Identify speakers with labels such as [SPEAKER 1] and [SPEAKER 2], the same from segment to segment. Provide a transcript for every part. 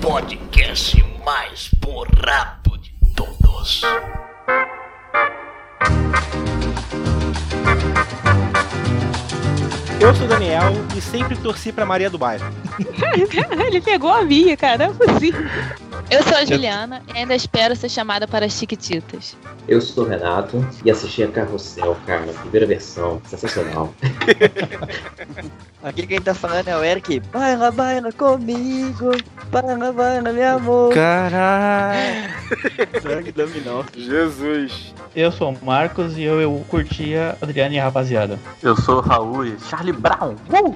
[SPEAKER 1] podcast mais porrado de todos.
[SPEAKER 2] Eu sou o Daniel e sempre torci pra Maria do Bairro.
[SPEAKER 3] Ele pegou a minha, cara, não é possível.
[SPEAKER 4] Eu sou a Juliana e ainda espero ser chamada para as Chiquititas.
[SPEAKER 5] Eu sou o Renato e assisti a Carrossel, cara, primeira versão, sensacional.
[SPEAKER 6] Aqui quem tá falando é o Eric. Baila, baila comigo. Baila, baila, meu amor.
[SPEAKER 7] Caralho!
[SPEAKER 2] Sangue dominó.
[SPEAKER 8] Jesus.
[SPEAKER 9] Eu sou o Marcos e eu, eu curtia Adriane e a rapaziada.
[SPEAKER 10] Eu sou o Raul e Charlie Brown. Uh!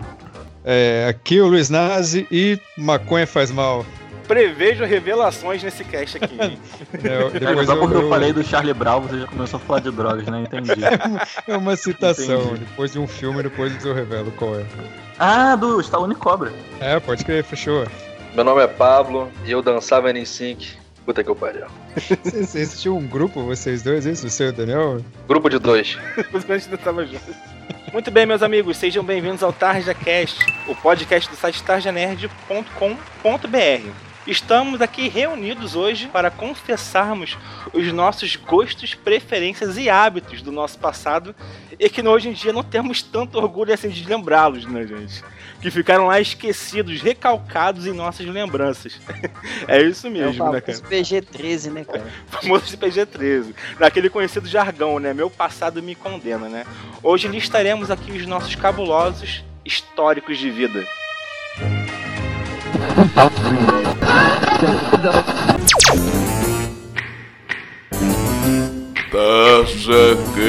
[SPEAKER 7] É, aqui é o Luiz Nazi e maconha faz mal.
[SPEAKER 8] Prevejo revelações nesse cast aqui.
[SPEAKER 7] É,
[SPEAKER 10] É, só porque eu, falei do Charlie Brown, você já começou a falar de drogas, né? Entendi.
[SPEAKER 7] É uma citação.
[SPEAKER 10] Entendi.
[SPEAKER 7] Depois de um filme, depois eu revelo qual é.
[SPEAKER 10] Ah, do Stallone Cobra.
[SPEAKER 7] É, pode crer, fechou.
[SPEAKER 11] Meu nome é Pablo e eu dançava em Sync. Puta que eu pariu.
[SPEAKER 7] Vocês vocês tinham um grupo, vocês dois, isso? Você e o Daniel?
[SPEAKER 11] Grupo de dois.
[SPEAKER 8] Os grandes não estavam juntos. Muito bem, meus amigos, sejam bem-vindos ao TarjaCast, o podcast do site tarjanerd.com.br. Estamos aqui reunidos hoje para confessarmos os nossos gostos, preferências e hábitos do nosso passado e que hoje em dia não temos tanto orgulho assim de lembrá-los, né, gente? Que ficaram lá esquecidos, recalcados em nossas lembranças. É isso
[SPEAKER 6] É o
[SPEAKER 8] mesmo, né, cara?
[SPEAKER 6] famoso PG-13, né, cara?
[SPEAKER 8] famoso CPG-13, daquele conhecido jargão, né? Meu passado me condena, né? Hoje listaremos aqui os nossos cabulosos históricos de vida.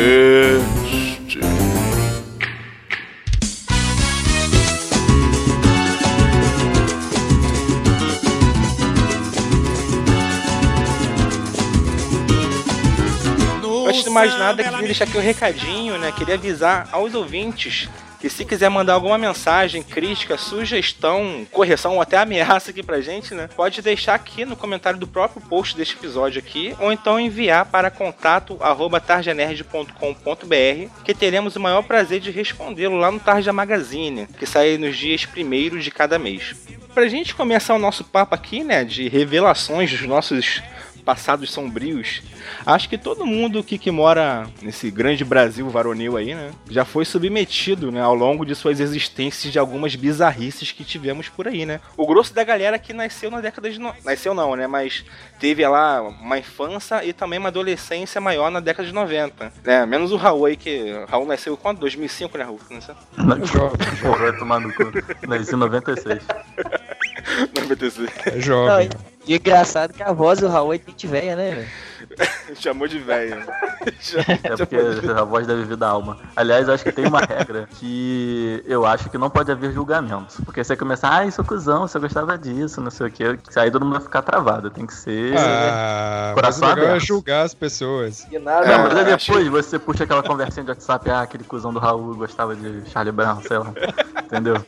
[SPEAKER 1] TarjaCast.
[SPEAKER 8] Antes de mais nada, queria deixar aqui um recadinho, né? Queria avisar aos ouvintes que se quiser mandar alguma mensagem, crítica, sugestão, correção ou até ameaça aqui pra gente, né? Pode deixar aqui no comentário do próprio post deste episódio aqui, ou então enviar para contato arroba tarjanerd.com.br, que teremos o maior prazer de respondê-lo lá no Tarja Magazine, que sai nos dias primeiros de cada mês. Pra gente começar o nosso papo aqui, né, de revelações dos nossos passados sombrios, Acho que todo mundo que, que mora nesse grande Brasil varonil aí, né? Já foi submetido, né? Ao longo de suas existências de algumas bizarrices que tivemos por aí, né? O grosso da galera que nasceu na década de... No... Nasceu não, né? Mas teve lá uma infância e também uma adolescência maior na década de 90. Né? Menos o Raul aí, que... Raul nasceu quando? 2005, né, Raul? Não sei.
[SPEAKER 7] Jovem,
[SPEAKER 10] Porra, vai tomar no cu. Nasci em 96.
[SPEAKER 8] 96.
[SPEAKER 7] é jovem.
[SPEAKER 6] E engraçado que a voz do Raul é gente velha, né? velho?
[SPEAKER 8] Chamou de velho.
[SPEAKER 10] É porque a voz deve vir da alma. Aliás, eu acho que tem uma regra que eu acho que não pode haver julgamento. Porque você começar, ah, isso é cuzão, você gostava disso, não sei o quê. Aí todo mundo vai ficar travado. Tem que ser.
[SPEAKER 6] né?
[SPEAKER 7] Ah, mas o
[SPEAKER 10] Coração
[SPEAKER 7] legal é
[SPEAKER 10] aberto.
[SPEAKER 7] julgar as pessoas.
[SPEAKER 11] E nada,
[SPEAKER 10] Não,
[SPEAKER 8] é,
[SPEAKER 10] mas aí
[SPEAKER 11] cara.
[SPEAKER 10] depois você puxa aquela conversinha de WhatsApp, ah, aquele cuzão do Raul gostava de Charlie Brown, sei lá. Entendeu?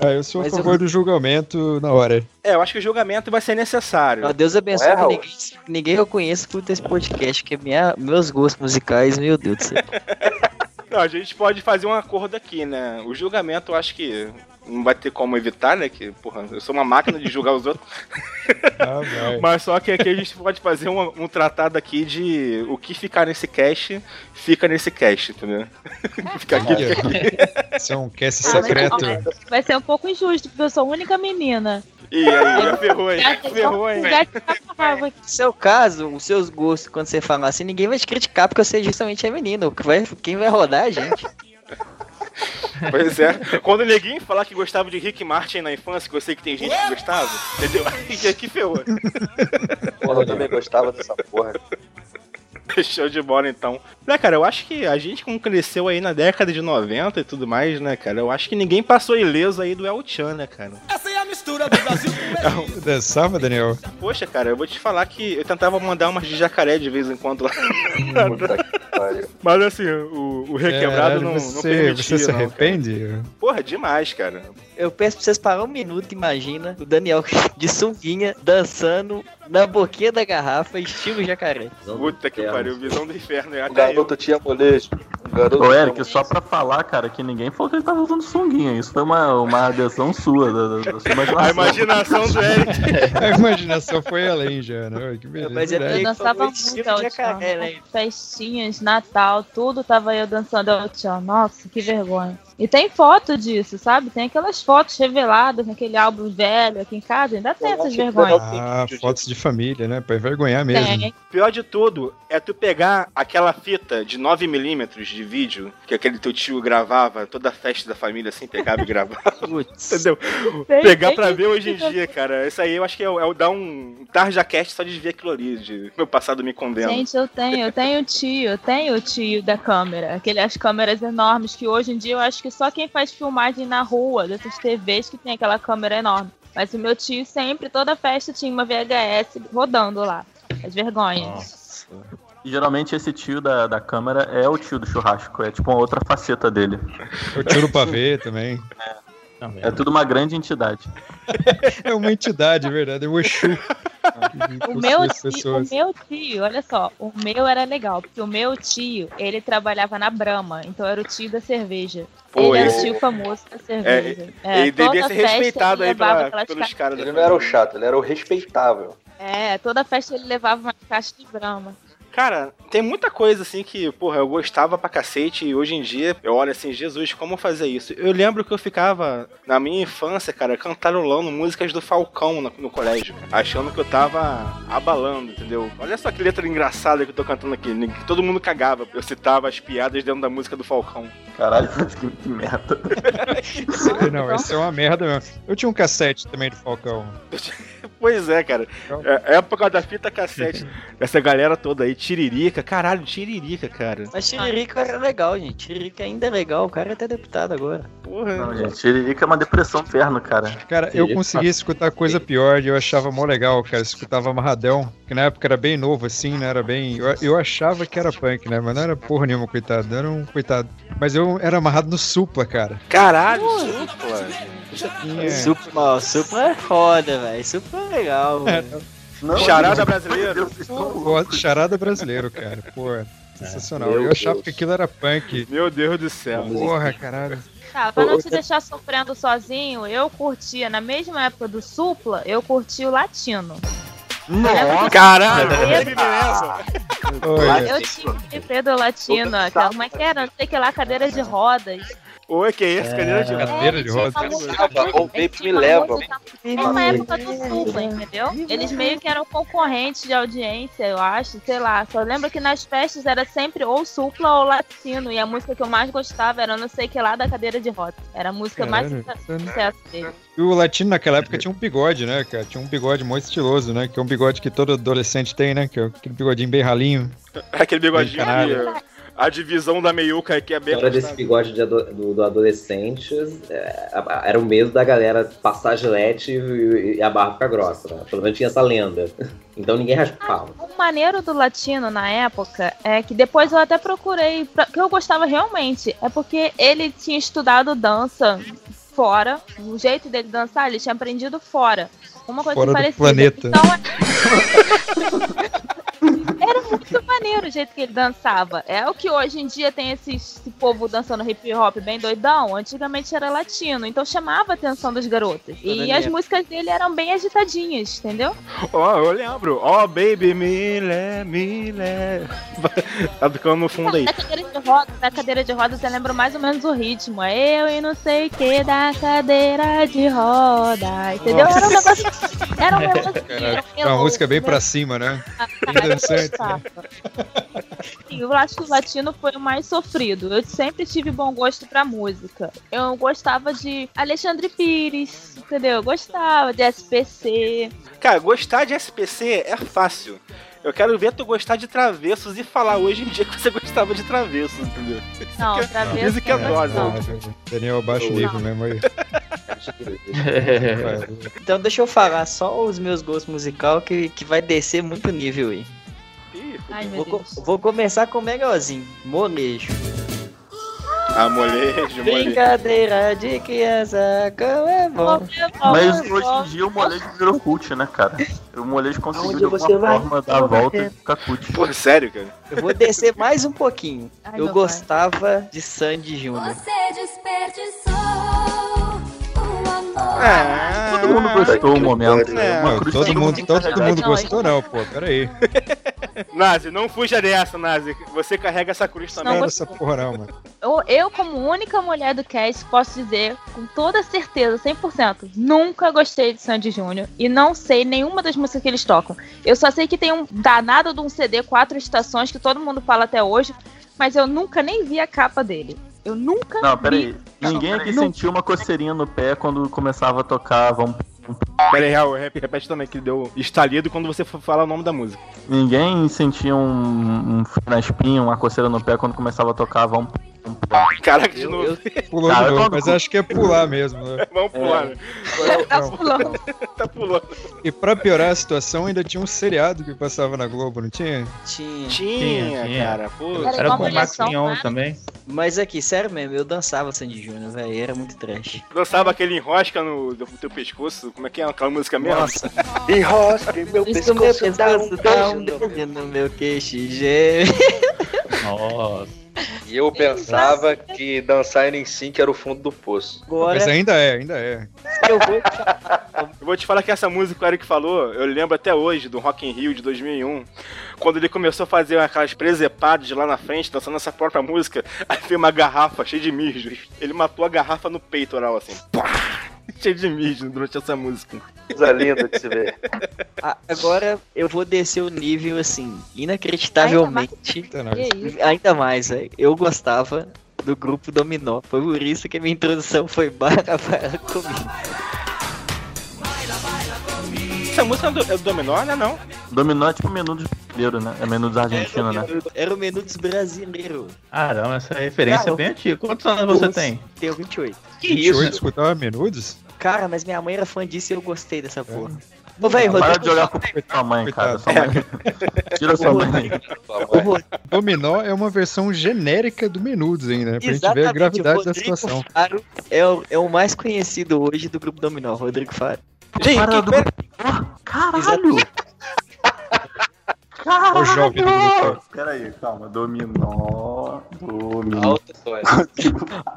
[SPEAKER 7] Ah, eu sou a
[SPEAKER 6] Mas eu-
[SPEAKER 7] favor do julgamento na hora.
[SPEAKER 8] É, eu acho que o julgamento vai ser necessário.
[SPEAKER 6] Ó, Deus abençoe
[SPEAKER 11] Não é,
[SPEAKER 6] que
[SPEAKER 11] Raul?
[SPEAKER 6] ninguém, ninguém que eu conheço escuta esse podcast, que é minha, meus gostos musicais, meu Deus do céu.
[SPEAKER 8] Não, a gente pode fazer um acordo aqui, né? O julgamento eu acho que não vai ter como evitar, né? Que, porra, eu sou uma máquina de julgar os outros.
[SPEAKER 7] Ah, vai.
[SPEAKER 8] Mas só que aqui a gente pode fazer um, um tratado aqui de o que ficar nesse cast, fica nesse cast, entendeu? fica aqui.
[SPEAKER 7] Olha, Isso é um cast
[SPEAKER 3] Ah, mas-
[SPEAKER 7] secreto.
[SPEAKER 6] é
[SPEAKER 3] Vai ser um pouco injusto, porque eu sou a única menina.
[SPEAKER 8] Ih, aí, já ferrou aí. Ferrou aí.
[SPEAKER 3] Já que tá brava aqui.
[SPEAKER 6] No seu caso, os seus gostos, quando você falar assim, ninguém vai te criticar porque você justamente é menino. O que vai- Quem vai rodar é a gente.
[SPEAKER 8] Pois é. Quando o neguinho falar que gostava de Rick Martin na infância, que eu sei que tem gente que gostava, entendeu? Aí aqui ferrou.
[SPEAKER 11] Porra, eu também gostava dessa porra.
[SPEAKER 8] Show de bola, então. Né, cara, eu acho que a gente, como cresceu aí na década de 90 e tudo mais, né, cara, eu acho que ninguém passou ileso aí do El Chan, né, cara?
[SPEAKER 6] um
[SPEAKER 7] Dançava, Daniel?
[SPEAKER 8] Poxa, cara, eu vou te falar que eu tentava mandar umas de jacaré de vez em quando lá.
[SPEAKER 11] Puta que pariu.
[SPEAKER 8] Mas assim, o, o
[SPEAKER 10] é
[SPEAKER 8] requebrado
[SPEAKER 7] Caralho,
[SPEAKER 8] não,
[SPEAKER 7] É, você,
[SPEAKER 8] não permitia,
[SPEAKER 7] Você se
[SPEAKER 8] não, cara.
[SPEAKER 7] arrepende?
[SPEAKER 8] Porra, demais, cara.
[SPEAKER 6] Eu peço pra vocês parar um minuto, imagina o Daniel de sunguinha dançando na boquinha da garrafa, estilo jacaré.
[SPEAKER 5] Visão do
[SPEAKER 8] Puta que
[SPEAKER 5] inferno.
[SPEAKER 8] pariu, visão do inferno.
[SPEAKER 11] O
[SPEAKER 8] Até eu.
[SPEAKER 11] garoto tinha molejo. garoto.
[SPEAKER 10] Ô, Eric, só pra falar, cara, que ninguém falou que ele tava usando sunguinha. Isso foi uma, uma adesão sua, da, da- da sua imaginação.
[SPEAKER 7] Ah,
[SPEAKER 8] A imaginação do Eric.
[SPEAKER 7] A imaginação foi além já, né? Que beleza.
[SPEAKER 6] Mas é
[SPEAKER 7] né?
[SPEAKER 6] bem-
[SPEAKER 4] Eu dançava
[SPEAKER 6] Falou de
[SPEAKER 4] muito
[SPEAKER 6] Chico
[SPEAKER 4] ao
[SPEAKER 6] de Jacaré, né?
[SPEAKER 4] Festinhas, Natal, tudo tava eu dançando ao tchan. Nossa, que vergonha. E tem foto disso, sabe? Tem aquelas fotos reveladas naquele álbum velho aqui em casa. Ainda tem essas vergonhas.
[SPEAKER 7] Ah, fotos de família, né? Pra envergonhar mesmo.
[SPEAKER 4] Tem.
[SPEAKER 8] Pior de tudo é tu pegar aquela fita de 9mm de vídeo que aquele teu tio gravava, toda a festa da família assim, pegava e gravava.
[SPEAKER 6] Putz.
[SPEAKER 8] Entendeu?
[SPEAKER 4] Tem-
[SPEAKER 8] Pegar
[SPEAKER 4] tem
[SPEAKER 8] pra
[SPEAKER 4] que-
[SPEAKER 8] ver hoje em dia, cara. Isso aí eu acho que é, o- é o dar um tarjacast só de ver aquilo ali, de meu passado me condena.
[SPEAKER 4] Gente, eu tenho, eu tenho tio, eu tenho o tio da câmera. Aquelas câmeras enormes que hoje em dia eu acho que só quem faz filmagem na rua, dessas TVs que tem aquela câmera enorme. Mas o meu tio sempre, toda festa, tinha uma VHS rodando lá. As vergonhas.
[SPEAKER 10] E geralmente esse tio da, da câmera é o tio do churrasco. É tipo uma outra faceta dele.
[SPEAKER 7] Eu tiro pra ver também.
[SPEAKER 10] É tudo uma grande entidade.
[SPEAKER 7] É uma entidade, é verdade. É um Exu.
[SPEAKER 4] O meu, é assim, tio, o meu tio, olha só, o meu era legal, porque o meu tio, ele trabalhava na Brahma, então era o tio da cerveja.
[SPEAKER 8] Pô,
[SPEAKER 4] ele era
[SPEAKER 8] esse-
[SPEAKER 4] o tio famoso da cerveja. É,
[SPEAKER 8] Ele devia
[SPEAKER 4] toda
[SPEAKER 8] ser
[SPEAKER 4] festa
[SPEAKER 8] respeitado
[SPEAKER 4] ele
[SPEAKER 8] aí
[SPEAKER 4] levava
[SPEAKER 8] pela-
[SPEAKER 4] aquelas
[SPEAKER 8] pelos caras da
[SPEAKER 11] Ele não era o
[SPEAKER 8] família.
[SPEAKER 11] chato, ele era o respeitável.
[SPEAKER 4] É, toda festa ele levava uma caixa de brama.
[SPEAKER 8] Cara, tem muita coisa assim que, porra, eu gostava pra cacete e hoje em dia eu olho assim, Jesus, como fazer isso? Eu lembro que eu ficava, na minha infância, cara, cantarolando músicas do Falcão na- no, colégio, cara, achando que eu tava abalando, entendeu? Olha só que letra engraçada que eu tô cantando aqui. nin- Todo mundo cagava, eu citava as piadas dentro da música do Falcão.
[SPEAKER 10] Caralho, que, que merda.
[SPEAKER 4] um então
[SPEAKER 7] Não, isso é uma merda mesmo. Eu tinha um cassete também do Falcão.
[SPEAKER 8] Pois é, cara. É, época da fita cassete. Essa galera toda aí, tiririca, caralho, tiririca, cara.
[SPEAKER 6] Mas Tiririca era legal, gente. Tiririca ainda é legal. O cara é até deputado agora.
[SPEAKER 8] Porra.
[SPEAKER 10] Não, gente, Tiririca é uma depressão perno, cara.
[SPEAKER 7] Cara, eu
[SPEAKER 10] Sim.
[SPEAKER 7] conseguia escutar coisa pior e eu achava mó legal, cara. Eu escutava amarradão, que na época era bem novo, assim, né? Era bem. Eu, eu achava que era punk, né? Mas não era porra nenhuma, coitado. Era um coitado. Mas eu era amarrado no supla, cara.
[SPEAKER 8] Caralho, supla.
[SPEAKER 5] é.
[SPEAKER 7] Tinha-
[SPEAKER 6] Supla, ó, Supla é foda, velho. Supla é legal. velho.
[SPEAKER 10] Não,
[SPEAKER 8] Charada
[SPEAKER 10] gente,
[SPEAKER 8] brasileira.
[SPEAKER 10] meu Deus, vocês estão
[SPEAKER 7] Pô,
[SPEAKER 10] loucos.
[SPEAKER 7] Charada brasileiro, cara. Pô, sensacional.
[SPEAKER 5] Meu
[SPEAKER 7] eu achava
[SPEAKER 5] Deus.
[SPEAKER 7] que aquilo era punk.
[SPEAKER 8] Meu Deus do céu.
[SPEAKER 7] Porra, caralho.
[SPEAKER 4] Tá, pra não te deixar sofrendo sozinho, eu curtia, na mesma época do Supla, eu curti o latino.
[SPEAKER 10] Nossa,
[SPEAKER 8] Caralho,
[SPEAKER 4] Pedro,
[SPEAKER 7] Olha,
[SPEAKER 4] eu tinha o Pedro Latino, aquela, como é que era? Não sei que lá, cadeira de rodas.
[SPEAKER 8] Oi, que é isso? Cadeira de roda.
[SPEAKER 7] Cadeira
[SPEAKER 4] É,
[SPEAKER 7] de
[SPEAKER 4] tinha uma
[SPEAKER 7] rodas.
[SPEAKER 4] música-
[SPEAKER 11] Leva, ou Vape
[SPEAKER 4] ele né? tinha
[SPEAKER 11] Me
[SPEAKER 4] uma
[SPEAKER 11] Leva.
[SPEAKER 4] música- Era uma época do Supla, entendeu? Eles meio que eram concorrentes de audiência, eu acho, sei lá. Só lembro que nas festas era sempre ou Supla ou Latino. E a música que eu mais gostava era Não Sei Que Lá da Cadeira de Rodas. Era a música mais
[SPEAKER 7] Caralho.
[SPEAKER 4] sucesso dele.
[SPEAKER 7] E o latino naquela época tinha um bigode, né, cara? Tinha um bigode muito estiloso, né? Que é um bigode que todo adolescente tem, né? Que é aquele bigodinho bem ralinho.
[SPEAKER 8] É Aquele bigodinho
[SPEAKER 7] Caralho.
[SPEAKER 8] que a divisão da meiuca aqui é bem
[SPEAKER 5] Fora desse bigode de ado- do, do adolescente, é, a- a- era o medo da galera passar a gilete e, e a barba ficar grossa. Né? Pelo menos tinha essa lenda. Então ninguém raspava.
[SPEAKER 4] O maneiro do latino na época é que depois eu até procurei, pra- que eu gostava realmente, é porque ele tinha estudado dança fora, o jeito dele dançar, ele tinha aprendido fora. Uma coisa
[SPEAKER 7] Fora do
[SPEAKER 4] parecida.
[SPEAKER 7] planeta.
[SPEAKER 4] Então, é- era muito maneiro o jeito que ele dançava. É o que hoje em dia tem esse, esse povo dançando hip hop bem doidão. Antigamente era latino, então chamava a atenção das garotas. E
[SPEAKER 6] Maneiro.
[SPEAKER 4] as músicas dele eram bem agitadinhas, entendeu?
[SPEAKER 8] Ó, eu lembro. Ó, baby, me le, me le. Tá ficando no fundo aí.
[SPEAKER 4] Na cadeira de rodas, na cadeira de rodas, eu lembro mais ou menos o ritmo. É Eu e não sei o que da cadeira de roda. Entendeu? Era um negócio. Era um negócio. Era
[SPEAKER 7] É uma música bem pra né? cima, né? bem dançante,
[SPEAKER 10] tá.
[SPEAKER 4] Sim, eu acho que o latino foi o mais sofrido. Eu sempre tive bom gosto pra música. Eu gostava de Alexandre Pires, entendeu? Eu gostava de SPC.
[SPEAKER 8] Cara, gostar de SPC é fácil. Eu quero ver tu gostar de travessos e falar hoje em dia que você gostava de travessos, entendeu?
[SPEAKER 4] Não, pra ver.
[SPEAKER 8] Isso que é dose.
[SPEAKER 4] Não.
[SPEAKER 7] Daniel abaixo o livro mesmo aí. Vai.
[SPEAKER 6] Então deixa eu falar só os meus gostos musical que, que vai descer muito nível aí.
[SPEAKER 8] Ih,
[SPEAKER 4] Ai, meu
[SPEAKER 6] Vou, co-
[SPEAKER 4] Deus.
[SPEAKER 6] vou começar com o melhorzinho, molejo.
[SPEAKER 8] A ah, molejo, molejo.
[SPEAKER 6] Brincadeira de criança, como é bom.
[SPEAKER 10] Mas hoje em dia o molejo virou cult, né, cara? O molejo conseguiu de
[SPEAKER 6] Aonde você
[SPEAKER 10] alguma
[SPEAKER 6] vai?
[SPEAKER 10] forma dar a
[SPEAKER 6] Eu vou
[SPEAKER 10] volta
[SPEAKER 6] ver.
[SPEAKER 10] e ficar cult.
[SPEAKER 8] Pô, sério, cara?
[SPEAKER 6] Eu vou descer mais um pouquinho.
[SPEAKER 12] Ai, meu
[SPEAKER 6] Eu
[SPEAKER 12] pai.
[SPEAKER 6] gostava de Sandy Júnior.
[SPEAKER 12] Você desperdiçou o amor.
[SPEAKER 10] Todo mundo
[SPEAKER 8] Ah.
[SPEAKER 7] Ah,
[SPEAKER 10] gostou um momento. Uma cruz
[SPEAKER 7] né? todo
[SPEAKER 10] tem
[SPEAKER 7] mundo,
[SPEAKER 10] que
[SPEAKER 7] todo
[SPEAKER 10] carregar.
[SPEAKER 7] mundo
[SPEAKER 10] Não,
[SPEAKER 7] gostou, não, pô. Peraí.
[SPEAKER 8] Nazi, não fuja dessa, Nazi. Você carrega essa cruz também.
[SPEAKER 7] Não era essa porra, não, mano.
[SPEAKER 4] Eu, eu, como única mulher do cast, posso dizer com toda certeza, 100%, nunca gostei de Sandy Júnior e não sei nenhuma das músicas que eles tocam. Eu só sei que tem um danado de um CD, quatro estações, que todo mundo fala até hoje, mas eu nunca nem vi a capa dele. Eu nunca
[SPEAKER 10] Não,
[SPEAKER 4] vi.
[SPEAKER 10] peraí. Ninguém aqui sentiu uma coceirinha no pé quando começava a tocar. Vamos...
[SPEAKER 8] Pera aí, Raul, rep- repete também que deu estalido quando você for falar o nome da música.
[SPEAKER 10] Ninguém sentia um, um frio na espinha, uma coceira no pé quando começava a tocar. Vamos...
[SPEAKER 8] Caraca, de novo.
[SPEAKER 7] Pulou
[SPEAKER 10] Cara,
[SPEAKER 7] de novo,
[SPEAKER 10] eu tô no
[SPEAKER 7] mas
[SPEAKER 10] cu.
[SPEAKER 7] acho que é pular mesmo. Né?
[SPEAKER 8] Vamos pular, né?
[SPEAKER 4] Tá pulando.
[SPEAKER 8] Tá pulando.
[SPEAKER 7] E pra piorar a situação, ainda tinha um seriado que passava na Globo, não tinha?
[SPEAKER 6] Tinha.
[SPEAKER 8] Tinha, cara. Pô,
[SPEAKER 9] Era com o Max Mignon também.
[SPEAKER 6] Mas aqui, sério mesmo, eu dançava Sandy Júnior, velho. Era muito trash.
[SPEAKER 8] dançava aquele enrosca no do teu pescoço. Como é que é aquela música mesmo?
[SPEAKER 6] Nossa.
[SPEAKER 11] Enrosque meu
[SPEAKER 6] Isso meu
[SPEAKER 11] pescoço, dá um
[SPEAKER 6] pescoço dá
[SPEAKER 11] beijo
[SPEAKER 6] um
[SPEAKER 11] no-
[SPEAKER 6] dedo no meu queixo, gente.
[SPEAKER 9] Nossa.
[SPEAKER 11] E eu pensava que dançar em sync era o fundo do poço.
[SPEAKER 6] Agora
[SPEAKER 7] Mas ainda é, ainda é.
[SPEAKER 6] eu vou.
[SPEAKER 8] Eu vou te falar que essa música que o Eric falou, eu lembro até hoje, do Rock in Rio de 2001, quando ele começou a fazer aquelas presepadas lá na frente, dançando essa própria música, aí veio uma garrafa cheia de mijo. Ele matou a garrafa no peitoral, assim. Pá! Cheio de mijo durante essa música.
[SPEAKER 11] Coisa linda de se ver.
[SPEAKER 6] a- Agora eu vou descer o nível assim, inacreditavelmente.
[SPEAKER 7] Tá, não.
[SPEAKER 4] Que isso?
[SPEAKER 6] Ainda mais, velho. Eu gostava do grupo Dominó. Foi por isso que minha introdução foi barra para comigo.
[SPEAKER 8] Essa música é do, é do Dominó, né? Não.
[SPEAKER 10] Dominó é tipo menu dos brasileiros, né? É menu dos argentinos, né?
[SPEAKER 6] Era o menu dos brasileiros.
[SPEAKER 9] Caramba, Ah, essa referência é bem antiga. Quantos
[SPEAKER 7] Então
[SPEAKER 9] anos você tem?
[SPEAKER 6] Tenho 28.
[SPEAKER 9] Que
[SPEAKER 7] 28 escutava menudos?
[SPEAKER 6] Cara, mas minha mãe era fã disso e eu gostei
[SPEAKER 7] É.
[SPEAKER 6] dessa porra. Ô, velho,
[SPEAKER 10] Para de
[SPEAKER 6] Rodrigo,
[SPEAKER 10] jogar com sua mãe, cara. Sua mãe. Tira sua mãe.
[SPEAKER 6] o Rodrigo,
[SPEAKER 7] Dominó é uma versão genérica do menudos ainda, né? Pra gente ver a
[SPEAKER 6] Exatamente,
[SPEAKER 7] gravidade
[SPEAKER 6] o
[SPEAKER 7] da
[SPEAKER 6] Rodrigo
[SPEAKER 7] situação.
[SPEAKER 6] Faro é o, é o mais conhecido hoje do grupo Dominó, Rodrigo Faro.
[SPEAKER 8] Gente,
[SPEAKER 10] Para
[SPEAKER 8] que-
[SPEAKER 10] do-
[SPEAKER 8] pera- Ah,
[SPEAKER 10] Caralho!
[SPEAKER 7] É o jovem do grupo.
[SPEAKER 10] Peraí, calma. Dominó. Dominó.
[SPEAKER 11] Alta história.